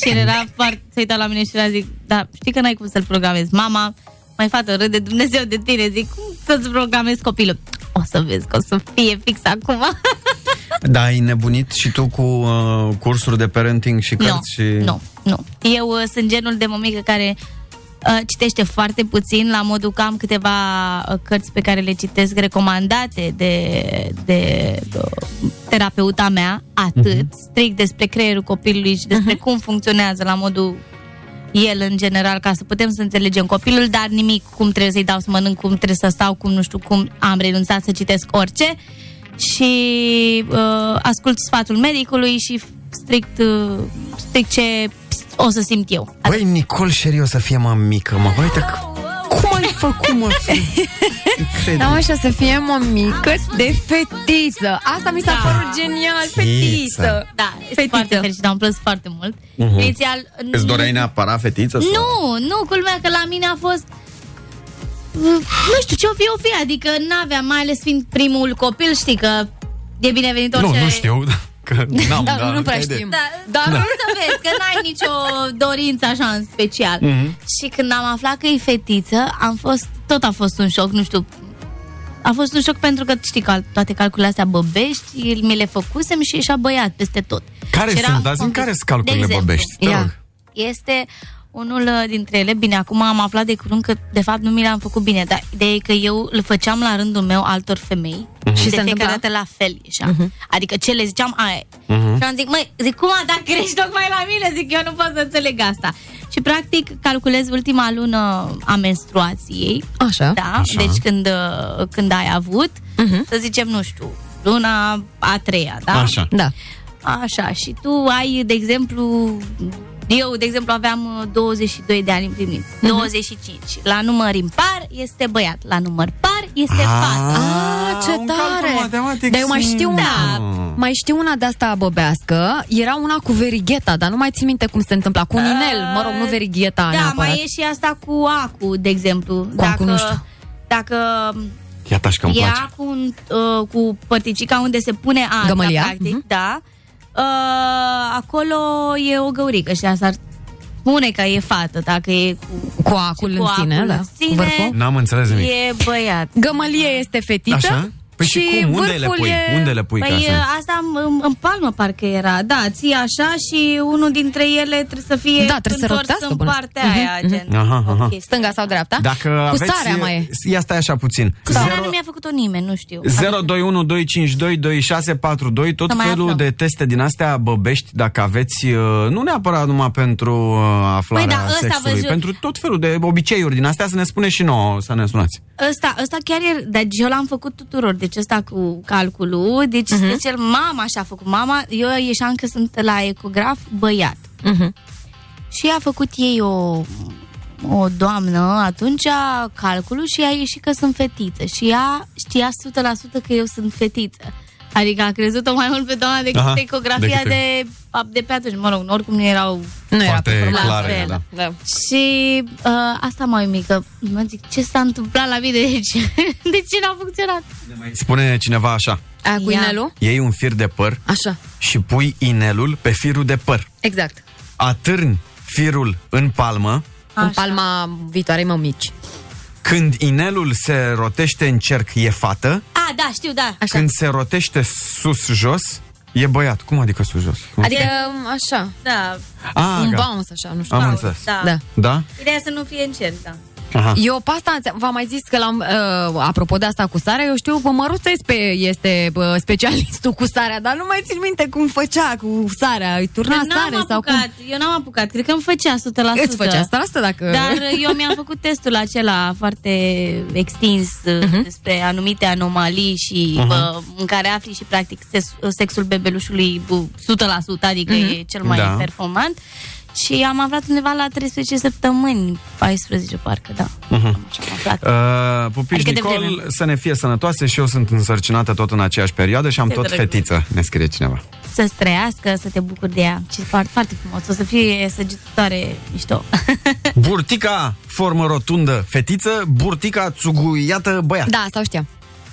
Speaker 12: și el era foarte, se uita la mine și era zic, da, știi că n-ai cum să-l programezi. Mama, mai fată, râde Dumnezeu de tine, zic, cum să-ți programezi copilul? O să vezi că o să fie fix acum.
Speaker 2: Da, ai nebunit și tu cu uh, cursuri de parenting și
Speaker 12: Nu,
Speaker 2: cărți și...
Speaker 12: nu, nu. Eu uh, sunt genul de mămică care uh, citește foarte puțin, la modul că am câteva uh, cărți pe care le citesc recomandate de, de uh, terapeuta mea, atât,
Speaker 2: Mhm.
Speaker 12: strict despre creierul copilului și despre cum funcționează la modul el în general, ca să putem să înțelegem copilul, dar nimic cum trebuie să-i dau să mănânc, cum trebuie să stau, cum nu știu cum am renunțat să citesc orice și uh, ascult sfatul medicului și strict, uh, strict ce o să simt eu. Adică,
Speaker 2: Băi, Nicol Șeri o să fie mai mică, mă. Băi, uite c- cum ai făcut, mă? Incredibil.
Speaker 3: Da, așa, să fie mămică de fetiță. Asta mi s-a
Speaker 12: Da.
Speaker 3: părut genial,
Speaker 2: Fetiță.
Speaker 3: fetiță.
Speaker 12: Da, este
Speaker 3: Fetiță.
Speaker 12: foarte fericită, am plăs foarte mult. Uh-huh. Inițial,
Speaker 2: Mhm. Îți doreai neapărat fetiță? sau-
Speaker 12: Nu, nu, culmea că la mine a fost nu știu ce o fi, o fi, adică n-aveam, mai ales fiind primul copil, știi că e binevenit
Speaker 3: Da,
Speaker 12: orice...
Speaker 13: Nu, nu știu. Că n-am,
Speaker 3: Dar
Speaker 13: dar
Speaker 3: Da, nu prea
Speaker 13: ai de-
Speaker 3: știm.
Speaker 12: Da,
Speaker 3: Dar
Speaker 12: da. să vezi că n-ai nicio dorință așa în special. Mm-hmm. Și când am aflat că e fetiță, am fost, tot a fost un șoc, nu știu, a fost un șoc pentru că știi că toate calculele astea băbești, mi le făcusem și ieșea băiat peste tot.
Speaker 2: Care
Speaker 12: Și era
Speaker 2: sunt? Dar zi-mi
Speaker 12: confuz.
Speaker 2: care sunt
Speaker 12: De
Speaker 2: calculele
Speaker 12: exemplu,
Speaker 2: băbești? Te
Speaker 3: Ia.
Speaker 2: rog.
Speaker 12: Este unul uh, dintre ele, bine, acum am aflat de curând că de fapt nu mi l-am făcut bine, dar ideea e că eu îl făceam la rândul meu altor femei
Speaker 2: Mhm.
Speaker 12: mm-hmm. și
Speaker 3: se
Speaker 12: de fiecare
Speaker 3: întâmpla? Mhm.
Speaker 12: dată la fel ieșea. Mm-hmm. Adică ce le ziceam, aia e.
Speaker 2: Mhm.
Speaker 12: Și am zic, măi, zic, cum a, dacă ești tocmai la mine, zic, eu nu pot să înțeleg asta. Și practic calculez ultima lună a menstruației,
Speaker 3: Așa. Mhm.
Speaker 12: da, deci când, uh, când ai avut, mm-hmm. să zicem, nu știu, luna a treia, da?
Speaker 2: Așa.
Speaker 3: Da.
Speaker 12: Așa, și tu ai, de exemplu, eu, de exemplu, aveam uh, 22 de ani împlinit,
Speaker 3: Mhm.
Speaker 12: 25. La număr impar este băiat, la număr par este fată.
Speaker 3: Ah, ce
Speaker 2: un calcul
Speaker 3: tare!
Speaker 2: matematic
Speaker 3: Dar eu mai știu una,
Speaker 12: Da.
Speaker 3: mai știu una de asta băbească. Era una cu verigheta, dar nu mai țin minte cum se întâmpla. Cu un
Speaker 2: Ah.
Speaker 3: inel, mă rog, nu verigheta
Speaker 12: Da,
Speaker 3: neapărat.
Speaker 12: mai e și asta cu acu, de exemplu. dacă,
Speaker 3: acul nu știu.
Speaker 12: dacă
Speaker 2: Iată și că îmi
Speaker 12: e
Speaker 2: place.
Speaker 12: acu în, uh, cu părticica unde se pune anta,
Speaker 3: Gămălia, Mhm.
Speaker 12: practic, da, uh, acolo e o găurică și asta ar spune că e fată, dacă e cu
Speaker 3: Cu acul
Speaker 12: Și cu
Speaker 3: în sine,
Speaker 12: acul
Speaker 3: da.
Speaker 12: în sine.
Speaker 3: Cu vârful.
Speaker 13: N-am înțeles nimic.
Speaker 12: E băiat.
Speaker 3: Gămălie este fetită.
Speaker 2: Așa? Păi și, cum? Unde le
Speaker 3: vârful
Speaker 2: pui?
Speaker 3: E...
Speaker 2: Unde le pui
Speaker 12: Păi
Speaker 2: ca
Speaker 12: uh,
Speaker 2: să...
Speaker 12: asta în, în, în palmă parcă era, da, ții așa și unul dintre ele trebuie să fie
Speaker 3: Da, trebuie să
Speaker 12: întors
Speaker 3: rotească
Speaker 12: în
Speaker 3: până-
Speaker 12: partea aia, gen.
Speaker 2: Aha, aha.
Speaker 12: o chestie.
Speaker 3: Stânga sau dreapta?
Speaker 2: Dacă
Speaker 3: Cu
Speaker 2: aveți...
Speaker 3: sarea mai e.
Speaker 2: Ia stai așa puțin.
Speaker 12: Cu sarea nu mi-a făcut-o nimeni, nu știu. Adică-
Speaker 2: 021252262 tot
Speaker 12: Să mai
Speaker 2: felul
Speaker 12: aflăm.
Speaker 2: de teste din astea băbești dacă aveți uh, nu neapărat numai pentru uh, aflarea
Speaker 12: Păi da, ăsta vă
Speaker 2: sexului,
Speaker 12: jur.
Speaker 2: pentru tot felul de obiceiuri din astea să ne spune și nouă, să ne sunați.
Speaker 12: Ăsta, ăsta chiar e, dar eu l-am făcut tuturor, deci ăsta cu calculul, deci uh-huh.
Speaker 2: Mhm.
Speaker 12: este cel mama și-a făcut mama, eu ieșeam că sunt la ecograf băiat.
Speaker 3: Mhm.
Speaker 12: Și a făcut ei o, o doamnă atunci a calculul și a ieșit că sunt fetiță. Și ea știa 100% că eu sunt fetiță. Adică a crezut-o mai mult pe doamna decât
Speaker 2: Aha,
Speaker 12: Aha, ecografia
Speaker 2: decât-
Speaker 12: de, de pe atunci. Mă rog, oricum nu erau
Speaker 3: Nu era
Speaker 2: Foarte
Speaker 3: pe
Speaker 12: la
Speaker 2: clar,
Speaker 12: fel.
Speaker 2: da.
Speaker 3: da.
Speaker 12: și uh, asta mai mică. Mă zic, ce s-a întâmplat la mine aici? De ce n-a funcționat?
Speaker 2: Spune cineva așa,
Speaker 3: Aia cu
Speaker 12: Ia.
Speaker 3: inelul?
Speaker 2: iei un fir de păr
Speaker 3: Așa,
Speaker 2: și pui inelul pe firul de păr.
Speaker 3: exact.
Speaker 2: Atârni firul în palmă,
Speaker 3: Așa. În
Speaker 12: Așa.
Speaker 3: palma viitoarei mămici.
Speaker 2: când inelul se rotește în cerc e fată,
Speaker 12: A, da, știu, da.
Speaker 3: Așa.
Speaker 2: când se rotește sus-jos e băiat. Cum adică sus-jos? Cum?
Speaker 3: Adică, așa,
Speaker 12: Da,
Speaker 2: A,
Speaker 3: un
Speaker 2: Ah, gata.
Speaker 3: bounce, așa, nu știu.
Speaker 2: Am
Speaker 12: da,
Speaker 2: înțeles.
Speaker 12: Da.
Speaker 3: Da.
Speaker 12: da.
Speaker 2: Da?
Speaker 12: Ideea să nu fie în cer, da.
Speaker 2: Aha.
Speaker 3: Eu pe asta, înțe- v-am mai zis că l-am, uh, apropo de asta cu sarea, eu știu că Măruța este, este uh, specialistul cu sarea, dar nu mai țin minte cum făcea cu sarea, îi turna
Speaker 12: Eu n-am
Speaker 3: sare sau cum.
Speaker 12: apucat, eu n-am apucat, cred că îmi făcea 100%.
Speaker 3: Îți făcea asta, asta dacă...
Speaker 12: Dar uh, eu mi-am făcut testul acela foarte extins
Speaker 3: Mhm.
Speaker 12: uh-huh. despre anumite anomalii și uh-huh. bă, în care afli și practic ses, sexul bebelușului bă, 100%, adică
Speaker 3: Mhm.
Speaker 12: uh-huh. e cel mai
Speaker 2: Da.
Speaker 12: da. performant. Și am aflat undeva la 13 săptămâni, 14 parcă, da. Uh-huh. Și am aflat.
Speaker 2: Mhm. Uh, pupici
Speaker 12: Adică
Speaker 2: adică
Speaker 12: de
Speaker 2: Nicol,
Speaker 12: vreme.
Speaker 2: să ne fie sănătoase și eu sunt însărcinată tot în aceeași perioadă și am
Speaker 12: Ce
Speaker 2: tot
Speaker 12: drăguț.
Speaker 2: fetiță, ne scrie cineva.
Speaker 12: Să-ți trăiască, să te bucuri de ea. Ce foarte, foarte frumos. O să fie săgetătoare mișto.
Speaker 2: Burtica, formă rotundă, fetiță, burtica, țuguiată, băiat.
Speaker 3: Da, sau știam.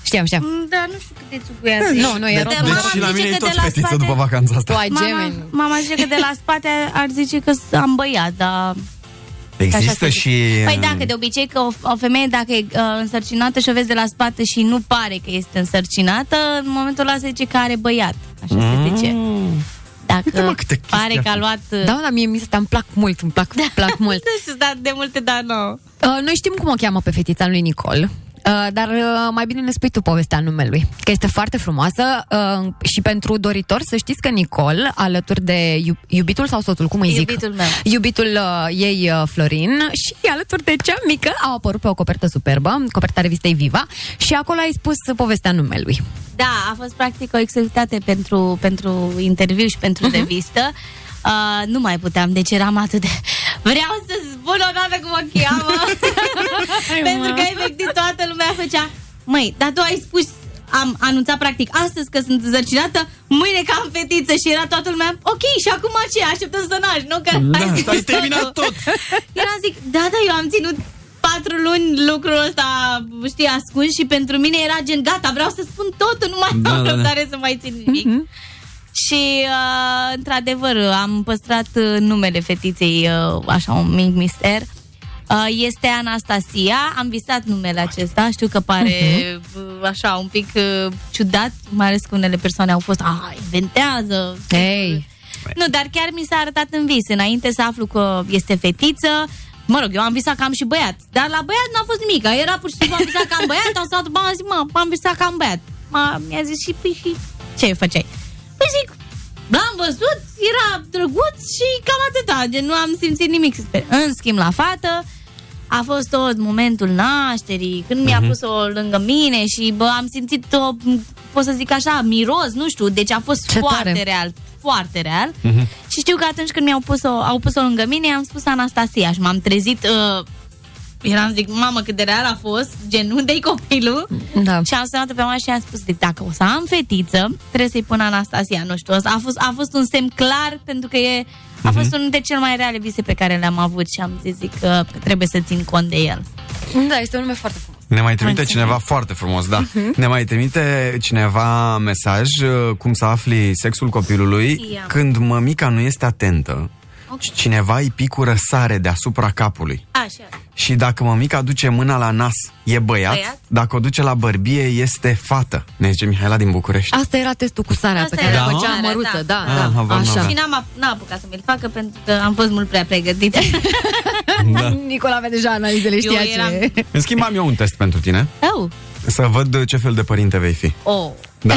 Speaker 3: Știam, știam.
Speaker 12: da, nu știu cât de țuguiază.
Speaker 3: Nu, nu, e
Speaker 12: Dar
Speaker 3: rotund.
Speaker 12: mama
Speaker 2: Deci și la
Speaker 12: zice
Speaker 2: mine e
Speaker 12: că
Speaker 2: tot
Speaker 12: de la
Speaker 2: fetiță
Speaker 12: spate-
Speaker 2: după vacanța
Speaker 3: Tu
Speaker 2: asta.
Speaker 3: ai
Speaker 12: Mama,
Speaker 3: gemeni.
Speaker 12: mama zice că de la spate ar zice că s- am băiat, dar Că așa
Speaker 2: Există
Speaker 12: se zice.
Speaker 2: și...
Speaker 12: Păi
Speaker 6: uh,
Speaker 12: dacă de obicei că o, o femeie dacă e uh, însărcinată și o vezi de la spate și nu pare că este însărcinată, în momentul ăla se zice că are băiat. Așa se zice.
Speaker 6: Mm. Uite, mă,
Speaker 12: Dacă
Speaker 6: câte chestii
Speaker 12: pare că a
Speaker 6: aflăm.
Speaker 12: luat... uh,
Speaker 3: Da, dar mie mi se îmi plac mult, îmi plac, da. plac mult.
Speaker 12: Nu știu, da, de multe, dar nu.
Speaker 3: Uh, noi știm cum o cheamă pe fetița lui Nicol. Uh, dar uh, mai bine ne spui tu povestea numelui, că este foarte frumoasă uh, și pentru doritor să știți că Nicol, alături de iu- iubitul sau soțul, cum îi zic?
Speaker 12: Iubitul meu.
Speaker 3: Iubitul uh, ei, uh, Florin, și alături de cea mică au apărut pe o copertă superbă, coperta revistei Viva, și acolo ai spus uh, povestea numelui.
Speaker 12: Da, a fost practic o exclusivitate pentru, pentru interviu și pentru uh-huh. revistă. Uh, nu mai puteam, deci eram atât de... Vreau să spun odată cum o cheamă. pentru că efectiv toată lumea făcea... Măi, dar tu ai spus am anunțat practic astăzi că sunt zărcinată, mâine că am fetiță și era toată lumea, ok, și acum ce? Așteptăm să naști, nu? Că
Speaker 6: Da,
Speaker 12: ai zis
Speaker 6: ai terminat
Speaker 12: totul.
Speaker 6: tot.
Speaker 12: Eram zic, da, da, eu am ținut patru luni lucrul ăsta, știi, ascuns și pentru mine era gen, gata, vreau să spun totul, nu mai
Speaker 6: Da,
Speaker 12: da,
Speaker 6: da,
Speaker 12: am
Speaker 6: Mhm. da.
Speaker 12: răbdare să mai țin nimic. Mm-hmm. Și, uh, într-adevăr, am păstrat uh, numele fetiței, uh, așa, un mic mister. Uh, este Anastasia, am visat numele acesta, știu că pare uh, așa un pic uh, ciudat, mai ales că unele persoane au fost, a, inventează,
Speaker 3: Ei,
Speaker 12: nu, dar chiar mi s-a arătat în vis. Înainte să aflu că este fetiță, mă rog, eu am visat că am și băiat. Dar la băiat n-a fost nimic. Era pur și simplu am visat că am băiat, am stat după aia, am zis, mă, am visat că am băiat. Ma, mi-a zis și, păi, și ce făceai? Păi zic, l-am văzut, era drăguț și cam atâta. Gen, nu am simțit nimic. Sper. În schimb, la fată, a fost tot momentul nașterii, când mi-a
Speaker 3: Mhm.
Speaker 12: pus-o lângă mine și bă, am simțit o, pot să zic așa, miros, nu știu, deci a fost
Speaker 3: Ce
Speaker 12: foarte
Speaker 3: tare.
Speaker 12: real, foarte real.
Speaker 2: Mhm.
Speaker 12: Și știu că atunci când mi-au pus-o, au pus-o lângă mine, am spus Anastasia și m-am trezit uh, eram zic, mamă, cât de real a fost, gen, unde-i copilul?
Speaker 3: da.
Speaker 12: Și am sunat pe mama și am spus, zic, dacă o să am fetiță, trebuie să-i pun Anastasia, nu știu, a fost, a fost un semn clar, pentru că e,
Speaker 2: Mhm.
Speaker 12: a fost unul dintre cele mai reale vise pe care le-am avut și am zis, zic, uh, că trebuie să țin cont de el.
Speaker 3: Da, este un nume foarte frumos.
Speaker 2: Ne mai trimite cineva foarte frumos, da.
Speaker 12: Mhm.
Speaker 2: Ne mai trimite cineva mesaj uh, cum să afli sexul copilului
Speaker 12: Ia.
Speaker 2: când mămica nu este atentă. și Cineva îi picură sare deasupra capului.
Speaker 12: Așa.
Speaker 2: Și dacă mămica duce mâna la nas, e băiat.
Speaker 12: Băiat?
Speaker 2: Dacă o duce la bărbie, este fată. Ne zice Mihaela din București.
Speaker 3: Asta era testul cu sarea
Speaker 12: Asta
Speaker 3: pe care
Speaker 12: era
Speaker 3: o
Speaker 12: cu
Speaker 3: făcea
Speaker 12: sarea,
Speaker 3: măruță, da,
Speaker 12: da.
Speaker 2: Ah,
Speaker 3: da,
Speaker 2: habar
Speaker 3: așa.
Speaker 2: n-aveam.
Speaker 12: Și n-am, ap- n-am apucat să mi-l facă pentru că am fost mult prea pregătită.
Speaker 2: Da.
Speaker 3: Nicola avea deja analizele, știa
Speaker 12: Eu eram-
Speaker 3: ce...
Speaker 2: În schimb, am eu un test pentru tine.
Speaker 12: oh,
Speaker 2: Să văd uh, ce fel de părinte vei fi.
Speaker 12: oh,
Speaker 2: Da?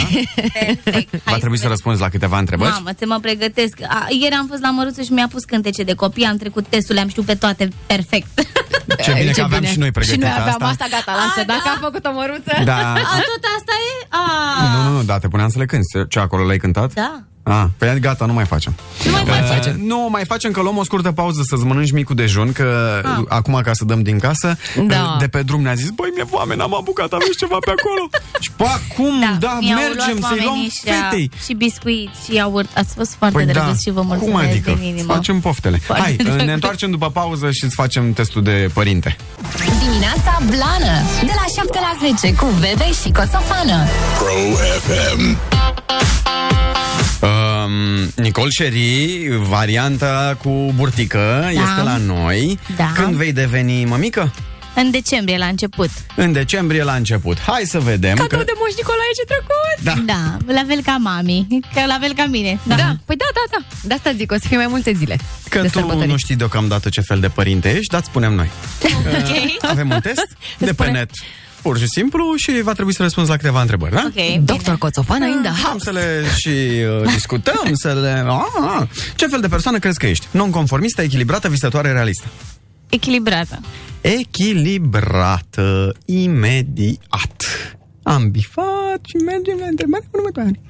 Speaker 12: perfect.
Speaker 2: Va trebui să răspunzi la câteva întrebări.
Speaker 12: Mamă, ți mă pregătesc. A, ieri am fost la măruță și mi-a pus cântece de copii, am trecut testul, le-am știut pe toate perfect.
Speaker 2: Ce bine că aveam și noi
Speaker 3: Și
Speaker 2: pregătit
Speaker 3: noi aveam
Speaker 2: asta.
Speaker 3: asta, gata, lasă.
Speaker 12: A,
Speaker 3: Dacă
Speaker 12: da?
Speaker 3: am făcut o măruță...
Speaker 2: Da.
Speaker 12: A, tot asta e? A,
Speaker 2: Nu, nu, nu, da, te puneam să le cânti. Ce, acolo l-ai cântat?
Speaker 12: Ah. da.
Speaker 2: Ah, păi gata, nu mai facem.
Speaker 12: Nu mai
Speaker 2: Uh,
Speaker 12: face.
Speaker 2: Nu, mai facem că luăm o scurtă pauză să-ți mănânci micul dejun, că ah. acum ca să dăm din casă,
Speaker 3: Da.
Speaker 2: uh, de pe drum ne-a zis, băi, mi-e foame, n-am apucat, aveți ceva pe acolo. și pa, cum, da, da
Speaker 12: mi-au
Speaker 2: mergem
Speaker 12: luat
Speaker 2: să-i luăm
Speaker 12: oamenii
Speaker 2: fetei. da.
Speaker 12: Și biscuiți și iaurt. Ați fost foarte păi drăguț și vă mulțumesc
Speaker 2: cum adică?
Speaker 12: din
Speaker 2: Îți
Speaker 12: inimă.
Speaker 2: facem poftele.
Speaker 12: Foarte
Speaker 2: Hai,
Speaker 12: drăguț.
Speaker 2: ne întoarcem după pauză și îți facem testul de părinte.
Speaker 1: Dimineața Blană De la 7 la 10 cu Bebe și Coțofană
Speaker 4: Pro FM.
Speaker 2: Um, Nicol Șeri, varianta cu burtică, da. este la noi.
Speaker 12: Da.
Speaker 2: Când vei deveni mămică?
Speaker 12: În decembrie, la început.
Speaker 2: În decembrie la început. Hai să vedem.
Speaker 3: Cadou de moș Nicolae, ce drăguț!
Speaker 2: Da.
Speaker 12: Da, la fel ca mami, că la fel ca mine. Da. da.
Speaker 3: Păi da, da, da. De asta zic, o să fie mai multe zile
Speaker 2: Că
Speaker 3: de
Speaker 2: tu
Speaker 3: sărbători.
Speaker 2: nu știi deocamdată ce fel de părinte ești, dar spunem noi.
Speaker 12: Ok.
Speaker 2: Avem un test de pe
Speaker 3: spune.
Speaker 2: net, pur și simplu, și va trebui să răspunzi la câteva întrebări, da?
Speaker 12: Ok.
Speaker 3: Doctor Coțofană, in the
Speaker 2: Am
Speaker 3: house.
Speaker 2: să le și uh, discutăm, să le... Ah, ah. Ce fel de persoană crezi că ești? Nonconformistă, echilibrată, visătoare, realistă?
Speaker 12: Echilibrată.
Speaker 2: Echilibrată, imediat. Ambifat și mergem la întrebare cu următoare.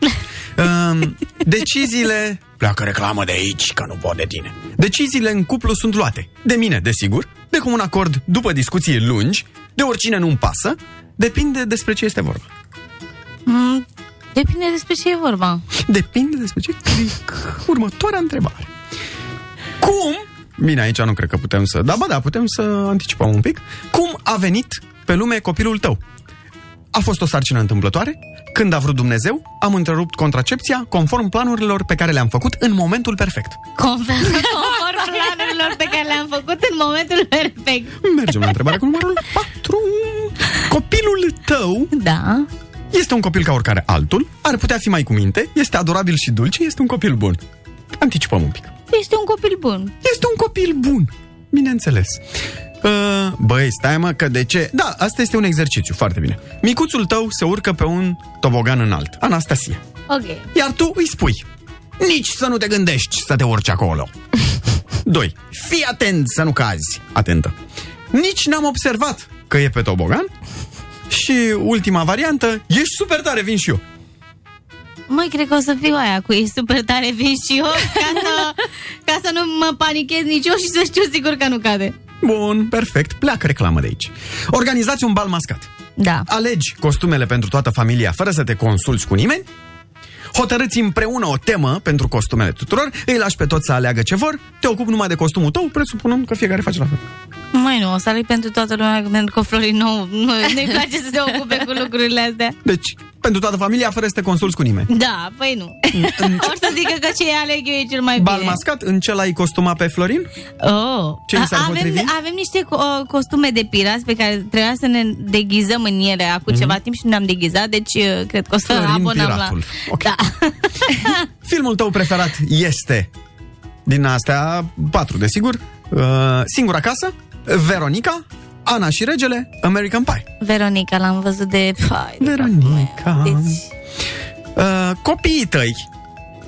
Speaker 2: um, deciziile... Pleacă reclamă de aici, că nu pot de tine. Deciziile în cuplu sunt luate. De mine, desigur, de comun acord, după discuții lungi, de oricine nu-mi pasă, depinde despre ce este vorba.
Speaker 12: Mm, depinde despre ce e vorba.
Speaker 2: Depinde despre ce clic. Următoarea întrebare. Cum? Bine, aici nu cred că putem să... Da, ba da, putem să anticipăm un pic. Cum a venit pe lume copilul tău? A fost o sarcină întâmplătoare? Când a vrut Dumnezeu, am întrerupt contracepția conform planurilor pe care le-am făcut în momentul perfect.
Speaker 12: Conform, conform salarelor pe care le-am făcut în momentul perfect.
Speaker 2: Mergem la întrebarea cu numărul 4. Copilul tău
Speaker 12: Da.
Speaker 2: este un copil ca oricare altul, ar putea fi mai cu minte, este adorabil și dulce, este un copil bun. Anticipăm un pic.
Speaker 12: Este un copil bun.
Speaker 2: Este un copil bun, bineînțeles. Uh, Băi, stai mă, că de ce? Da, asta este un exercițiu, foarte bine. Micuțul tău se urcă pe un tobogan înalt, Anastasia.
Speaker 12: Ok.
Speaker 2: Iar tu îi spui Nici să nu te gândești să te urci acolo 2. Fii atent să nu cazi Atentă Nici n-am observat că e pe tobogan Și ultima variantă Ești super tare, vin și eu
Speaker 12: Măi, cred că o să fiu aia cu ei super tare vin și eu ca să, ca să nu mă panichez nici eu și să știu sigur că nu cade.
Speaker 2: Bun, perfect, pleacă reclamă de aici Organizați un bal mascat
Speaker 12: Da.
Speaker 2: Alegi costumele pentru toată familia fără să te consulți cu nimeni. Hotărâți împreună o temă pentru costumele tuturor, îi lași pe toți să aleagă ce vor, te ocupi numai de costumul tău, presupunând că fiecare face la fel.
Speaker 12: Mai nu, o să aleg pentru toată lumea pentru că Florin nou nu, nu-i place să se ocupe cu lucrurile astea.
Speaker 2: Deci, pentru toată familia, fără să te consulți cu nimeni.
Speaker 12: Da, păi nu. o să zică că ce aleg eu e cel mai
Speaker 2: Bal
Speaker 12: bine.
Speaker 2: mascat, în ce l-ai costumat pe Florin?
Speaker 12: Oh.
Speaker 2: Ce i s-ar
Speaker 12: A- avem,
Speaker 2: potrivi?
Speaker 12: avem niște co- uh, costume de pirați pe care trebuia să ne deghizăm în ele acum mm-hmm. ceva timp și nu ne-am deghizat, deci uh, cred că o să
Speaker 2: Mhm. Florin
Speaker 12: abonăm
Speaker 2: Piratul.
Speaker 12: la...
Speaker 2: Ok.
Speaker 12: Da.
Speaker 2: Filmul tău preferat este, din astea, patru, desigur, uh, Singura casă, Veronica, Ana și regele, American Pie.
Speaker 12: Exact. Veronica, l-am văzut de... Păi, de
Speaker 2: Veronica.
Speaker 12: dragul meu. Deci,
Speaker 2: Uh, copiii tăi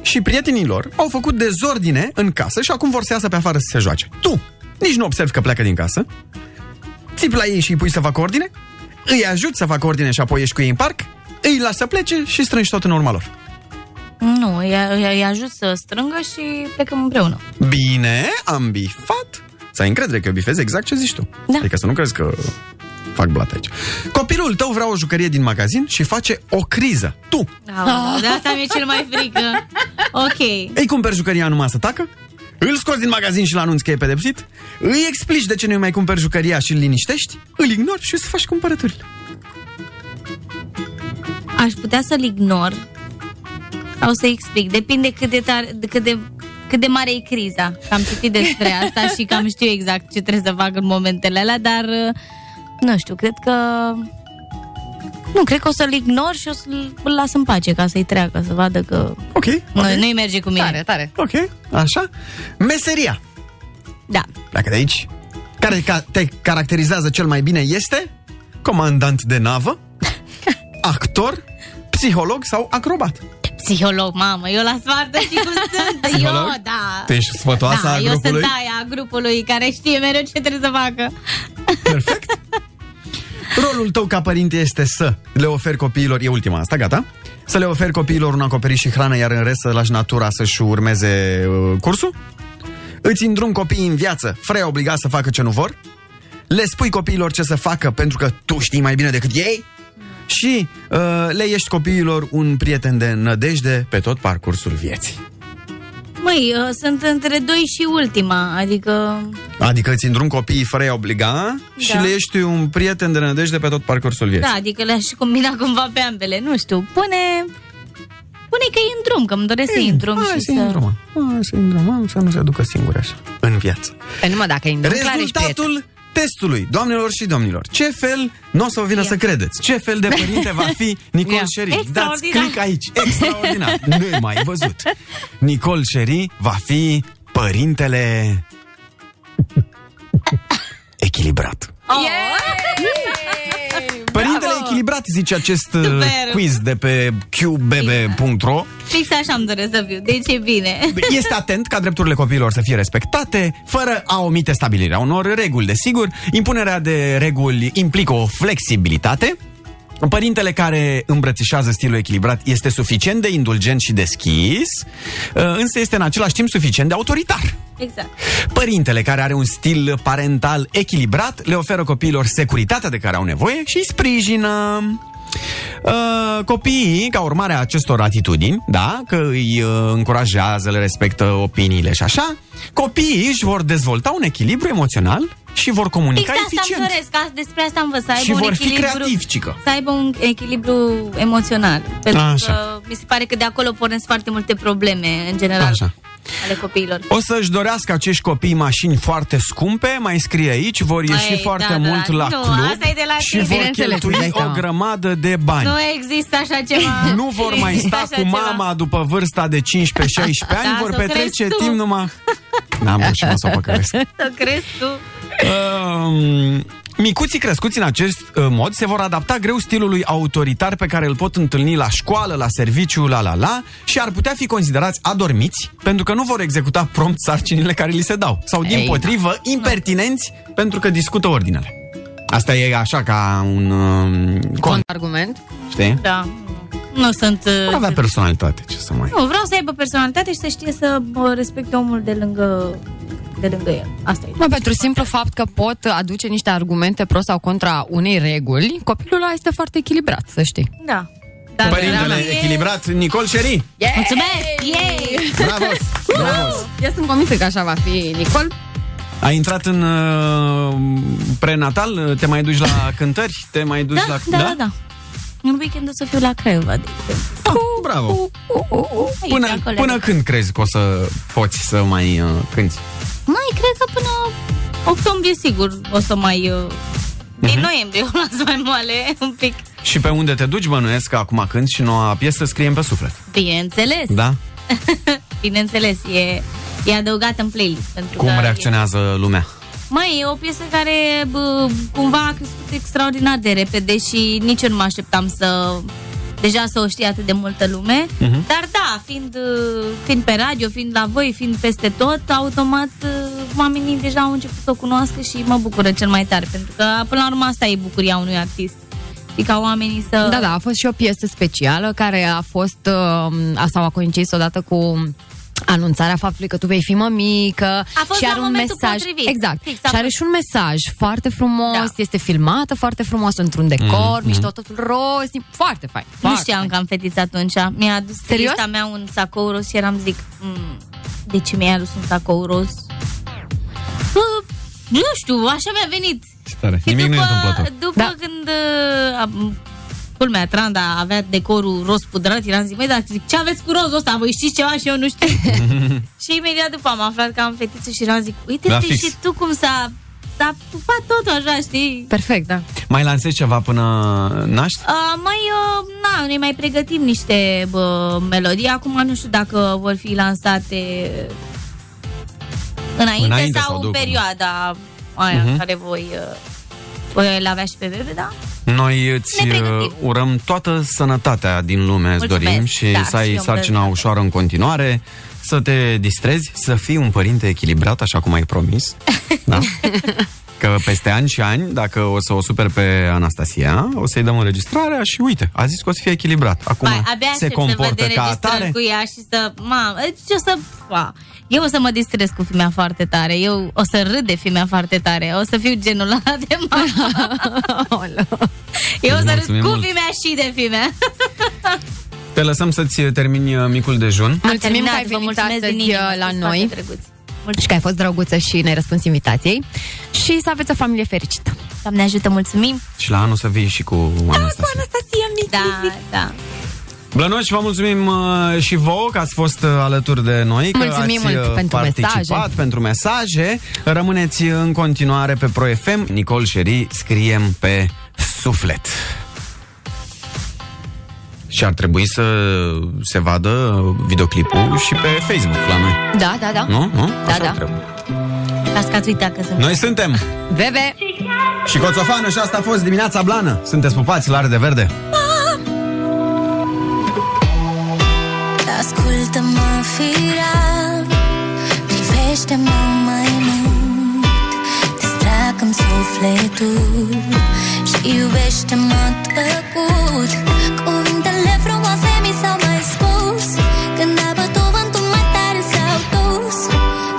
Speaker 2: și prietenii lor au făcut dezordine în casă și acum vor să iasă pe afară să se joace. Tu nici nu observi că pleacă din casă, țipi la ei și îi pui să facă ordine, îi ajut să facă ordine și apoi ești cu ei în parc, îi lași să plece și strângi tot în urma lor.
Speaker 12: nu, îi, îi îi ajut să strângă și plecăm împreună.
Speaker 2: Bine, am bifat. Să ai încredere că eu bifez exact ce zici tu.
Speaker 12: Da.
Speaker 2: Adică să nu crezi că fac blat aici. Copilul tău vrea o jucărie din magazin și face o criză. Tu
Speaker 12: Aoleu, Da, De asta mi-e cel mai frică. Ah. Ok.
Speaker 2: Îi cumperi jucăria numai să tacă? Îl scoți din magazin și-l anunți că e pedepsit? Îi explici de ce nu-i mai cumperi jucăria și-l liniștești? Îl ignori și îți faci cumpărăturile.
Speaker 12: Aș putea să-l ignor sau să explic. Depinde cât de, tare, de- cât de, cât de mare e criza. Că am citit despre asta și cam știu exact ce trebuie să fac în momentele alea, dar uh, nu știu, cred că... Nu, cred că o să-l ignor și o să-l îl las în pace ca să-i treacă, să vadă că
Speaker 2: Ok,
Speaker 12: okay. nu-i merge cu mine.
Speaker 3: Ah, Tare, tare.
Speaker 2: ok, așa. Meseria.
Speaker 12: Da.
Speaker 2: Dacă de aici, care ca- te caracterizează cel mai bine este comandant de navă, actor, psiholog sau acrobat.
Speaker 12: Psiholog, mamă, eu la sfată și cum sunt.
Speaker 2: Psiholog?
Speaker 12: Eu, da.
Speaker 2: Tu ești sfătoasa
Speaker 12: da,
Speaker 2: a
Speaker 12: eu sunt
Speaker 2: grupului?
Speaker 12: aia a grupului care știe mereu ce trebuie să facă.
Speaker 2: Perfect. Rolul tău ca părinte este să le oferi copiilor, e ultima asta, gata, să le oferi copiilor un acoperiș și hrană, iar în rest să lași natura să-și urmeze uh, cursul? Îți îndrum copiii în viață, fără a obliga să facă ce nu vor? Le spui copiilor ce să facă pentru că tu știi mai bine decât ei? Și uh, le ești copiilor un prieten de nădejde pe tot parcursul vieții.
Speaker 12: Măi, uh, sunt între doi și ultima, adică...
Speaker 2: Adică îți îndrum copiii fără a obliga și
Speaker 12: Da.
Speaker 2: le ești un prieten de nădejde pe tot parcursul vieții.
Speaker 12: Da, adică le-aș combina cumva pe ambele, nu știu, pune... Pune că e în drum, că îmi doresc să intru
Speaker 2: Hai
Speaker 12: și
Speaker 2: să
Speaker 12: să...
Speaker 2: intrăm, mă. Hai să intrăm, mă, să nu se ducă singuri așa. În viață.
Speaker 3: Pe Păi numai dacă e în clar ești prieten.
Speaker 2: Rezultatul testului, doamnelor și domnilor. Ce fel, nu o să vă vină să credeți, ce fel de părinte va fi Nicol
Speaker 3: Ia.
Speaker 2: Șeri? Dați
Speaker 12: Extraordinar.
Speaker 2: click aici. Extraordinar. nu e mai văzut. Nicol Șeri va fi părintele echilibrat.
Speaker 12: Oh,
Speaker 2: Părintele echilibrat, zice acest uh,
Speaker 12: Super.
Speaker 2: quiz de pe qbb.ro.
Speaker 12: Fix așa îmi doresc să fiu, deci e bine.
Speaker 2: Este atent ca drepturile copiilor să fie respectate, fără a omite stabilirea unor reguli, desigur. Impunerea de reguli implică o flexibilitate. Părintele care îmbrățișează stilul echilibrat este suficient de indulgent și deschis, însă este în același timp suficient de autoritar.
Speaker 12: Exact.
Speaker 2: Părintele care are un stil parental echilibrat le oferă copiilor securitatea de care au nevoie și îi sprijină. Uh, Copiii, ca urmare a acestor atitudini, da, că îi uh, încurajează, le respectă opiniile și așa, copiii își vor dezvolta un echilibru emoțional și vor
Speaker 12: Fix
Speaker 2: comunica
Speaker 12: asta îmi
Speaker 2: eficient.
Speaker 12: Exact, doresc, asta, despre asta am văzut, să aibă
Speaker 2: Și
Speaker 12: un
Speaker 2: vor fi
Speaker 12: echilibru...
Speaker 2: creativi, cică.
Speaker 12: Să aibă un echilibru emoțional. Pentru
Speaker 2: Așa.
Speaker 12: că mi se pare că de acolo pornesc foarte multe probleme, în general.
Speaker 2: Așa.
Speaker 12: ale copiilor.
Speaker 2: O să-și dorească acești copii mașini foarte scumpe, mai scrie aici, vor ieși
Speaker 12: Ei,
Speaker 2: foarte
Speaker 12: da, da,
Speaker 2: mult
Speaker 12: da.
Speaker 2: la
Speaker 12: Nu,
Speaker 2: club
Speaker 12: asta e de la
Speaker 2: și
Speaker 12: tine.
Speaker 2: vor
Speaker 3: Bineînțeles, îți
Speaker 2: cheltui
Speaker 3: dai
Speaker 2: o
Speaker 3: seama.
Speaker 2: grămadă de bani.
Speaker 12: Nu există așa ceva.
Speaker 2: Nu vor mai
Speaker 12: Există
Speaker 2: sta cu
Speaker 12: așa ceva.
Speaker 2: mama după vârsta de 15-16 ani,
Speaker 12: Da,
Speaker 2: vor
Speaker 12: să o crezi
Speaker 2: petrece
Speaker 12: tu.
Speaker 2: timp numai... N-am și mă să o păcălesc.
Speaker 12: Să crezi tu.
Speaker 2: Um, Micuții crescuți în acest uh, mod se vor adapta greu stilului autoritar pe care îl pot întâlni la școală, la serviciu, la la la și ar putea fi considerați adormiți pentru că nu vor executa prompt sarcinile care li se dau sau din
Speaker 12: da.
Speaker 3: Ei,
Speaker 2: potrivă impertinenți pentru că discută ordinele. Asta e așa ca un um, con,
Speaker 3: Argument?
Speaker 2: știi?
Speaker 12: Da. Nu sunt... uh,
Speaker 2: Nu avea personalitate, ce să mai...
Speaker 12: Nu, vreau să aibă personalitate și să știe să bă, respecte omul de lângă, de lângă el. Asta e.
Speaker 3: Mă, pentru simplu fapt că pot aduce niște argumente pro sau contra unei reguli, copilul ăla este foarte echilibrat, să știi.
Speaker 12: Da. Dar
Speaker 2: Părintele
Speaker 12: drama e-
Speaker 2: echilibrat, Nicol Șeri!
Speaker 12: Mulțumesc! Yay!
Speaker 2: Bravos! Bravos!
Speaker 3: Eu sunt convinsă că așa va fi, Nicol.
Speaker 2: A intrat în uh, prenatal? Te mai duci la cântări? Te mai duci
Speaker 12: Da,
Speaker 2: la...
Speaker 12: da, da, da. În weekend o să fiu la Craiova. Deci.
Speaker 2: Ah, bravo!
Speaker 12: Aici,
Speaker 2: Până,
Speaker 12: acolo.
Speaker 2: până când crezi că o să poți să mai uh, cânti?
Speaker 12: Mai, cred că până octombrie, sigur, o să mai... uh,
Speaker 2: Mhm.
Speaker 12: Din noiembrie o las mai moale un pic.
Speaker 2: Și pe unde te duci, bănuiesc că acum când și noua piesă scriem pe suflet.
Speaker 12: Bineînțeles,
Speaker 2: Da?
Speaker 12: bineînțeles, e, e adăugat în playlist. Pentru
Speaker 2: Cum
Speaker 12: că
Speaker 2: reacționează lumea?
Speaker 12: Mai e o piesă care bă, cumva a crescut extraordinar de repede și nici eu nu mă așteptam să deja să o știe atât de multă lume. Uh-huh. Dar da, fiind, uh, fiind pe radio, fiind la voi, fiind peste tot, automat uh, oamenii deja au început să o cunoască și mă bucură cel mai tare, pentru că până la urmă asta e bucuria unui artist. Și ca oamenii să...
Speaker 3: Da, da, a fost și o piesă specială care a fost, uh, a- sau a coincis odată cu anunțarea faptului că tu vei fi mămică
Speaker 12: A fost
Speaker 3: și
Speaker 12: la
Speaker 3: are un
Speaker 12: momentul
Speaker 3: mesaj
Speaker 12: potrivit.
Speaker 3: exact
Speaker 12: Fix, a
Speaker 3: și are
Speaker 12: fost.
Speaker 3: și un mesaj foarte frumos
Speaker 12: Da.
Speaker 3: este filmată foarte frumos într-un decor mm, mișto totul roz foarte fain
Speaker 12: Nu
Speaker 3: foarte
Speaker 12: știam
Speaker 3: fain.
Speaker 12: că am fetiță atunci. Mi-a adus
Speaker 3: Serios?
Speaker 12: Serios? mea un sacou roz și eram zic, "Mm, de ce mi-ai adus un sacou roz? Bă, nu știu, așa mi-a venit.
Speaker 2: Tare.
Speaker 12: Și după, după
Speaker 3: Da.
Speaker 12: da. când uh, am, culmea, Tranda avea decorul roz pudrat, eram zic, măi, dar zic, ce aveți cu rozul ăsta? Voi știți ceva și eu nu știu. și imediat după am aflat că am fetiță și eram zic,
Speaker 2: Da,
Speaker 12: uite-te
Speaker 2: fix.
Speaker 12: și tu cum s-a, s-a pupat totul așa, știi?
Speaker 3: perfect da
Speaker 2: Mai lansezi ceva până naști?
Speaker 12: Uh, mai, uh, na, ne mai pregătim niște bă, melodii. Acum nu știu dacă vor fi lansate înainte,
Speaker 2: Înainte sau
Speaker 12: sau, în
Speaker 2: după. Mhm.
Speaker 12: perioada aia uh-huh. care voi, uh, voi le avea și pe bebe, da?
Speaker 2: Noi îți
Speaker 12: Ne pregătim.
Speaker 2: uh, urăm toată sănătatea din lume, îți
Speaker 12: Mulțumesc,
Speaker 2: dorim și
Speaker 12: da,
Speaker 2: să ai
Speaker 12: și eu
Speaker 2: sarcina
Speaker 12: mulțumesc.
Speaker 2: ușoară în continuare, să te distrezi, să fii un părinte echilibrat, așa cum ai promis. Da? Că peste ani și ani, dacă o să o super pe Anastasia, o să-i dăm înregistrarea și uite, a zis că o să fie echilibrat. Acum
Speaker 12: Mai, abia
Speaker 2: se
Speaker 12: aștept să
Speaker 2: comportă
Speaker 12: văd
Speaker 2: ca
Speaker 12: înregistrări
Speaker 2: atare.
Speaker 12: cu ea și să... Mamă, ce o să... Pa. Eu o să mă distrez cu fimea foarte tare. Eu o să râd de fimea foarte tare. O să fiu genul ăla de mama. Eu o să râd
Speaker 2: Mulțumim
Speaker 12: cu
Speaker 2: mult.
Speaker 12: fimea și de fimea.
Speaker 2: Te lăsăm să-ți termini uh, micul dejun.
Speaker 12: Am
Speaker 3: mulțumim că
Speaker 12: terminat,
Speaker 3: ai
Speaker 12: vă
Speaker 3: venit
Speaker 12: mulțumesc din
Speaker 3: astăzi
Speaker 12: inimă,
Speaker 3: uh, la
Speaker 12: sunteți
Speaker 3: noi
Speaker 12: foarte drăguți.
Speaker 3: și că ai fost drăguță și ne-ai răspuns invitației și să aveți o familie fericită
Speaker 12: Doamne ajută, mulțumim!
Speaker 2: Și la anul să vii și cu
Speaker 12: Da,
Speaker 2: Anastasia.
Speaker 12: Anastasia mic, Da, da.
Speaker 2: Blănoș, vă mulțumim uh, și vouă că ați fost uh, alături de noi, că
Speaker 3: Mulțumim
Speaker 2: ați
Speaker 3: mult
Speaker 2: uh,
Speaker 3: pentru
Speaker 2: participat
Speaker 3: mesaje.
Speaker 2: pentru mesaje. Rămâneți în continuare pe Pro FM. Nicol Șeri, scriem pe suflet. Și ar trebui să se vadă videoclipul și pe Facebook la noi.
Speaker 3: da, da, da
Speaker 2: Nu? nu?
Speaker 3: Da,
Speaker 2: Așa
Speaker 3: da.
Speaker 2: trebuie.
Speaker 12: Las că ați uitat că sunt...
Speaker 2: Noi suntem
Speaker 3: bebe
Speaker 2: și Coțofană și asta a fost dimineața blană. Sunteți pupați la are de verde.
Speaker 14: Ascultă-mă, firar Privește-mă mai mult Distracă-mi sufletul Și iubește-mă tăcut Cuvintele frumoase mi s-au mai spus Când apa tu vântul mai tare s-au dus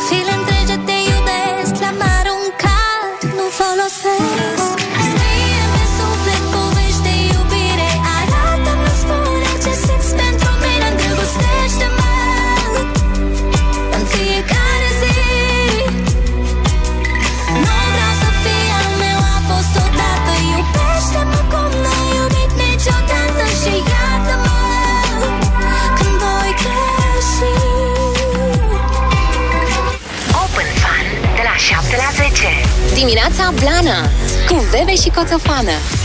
Speaker 14: File întregi te iubesc L-am aruncat, nu folosesc Scrie pe suflet povești de iubire Arată-mi, spune ce simți pentru mine Îndrăgostește-mă În fiecare zi Nu vreau să fie al meu, a fost odată Iubește-mă cum n-ai iubit niciodată Și
Speaker 1: Dimineața Blana Cu Bebe și Coțofană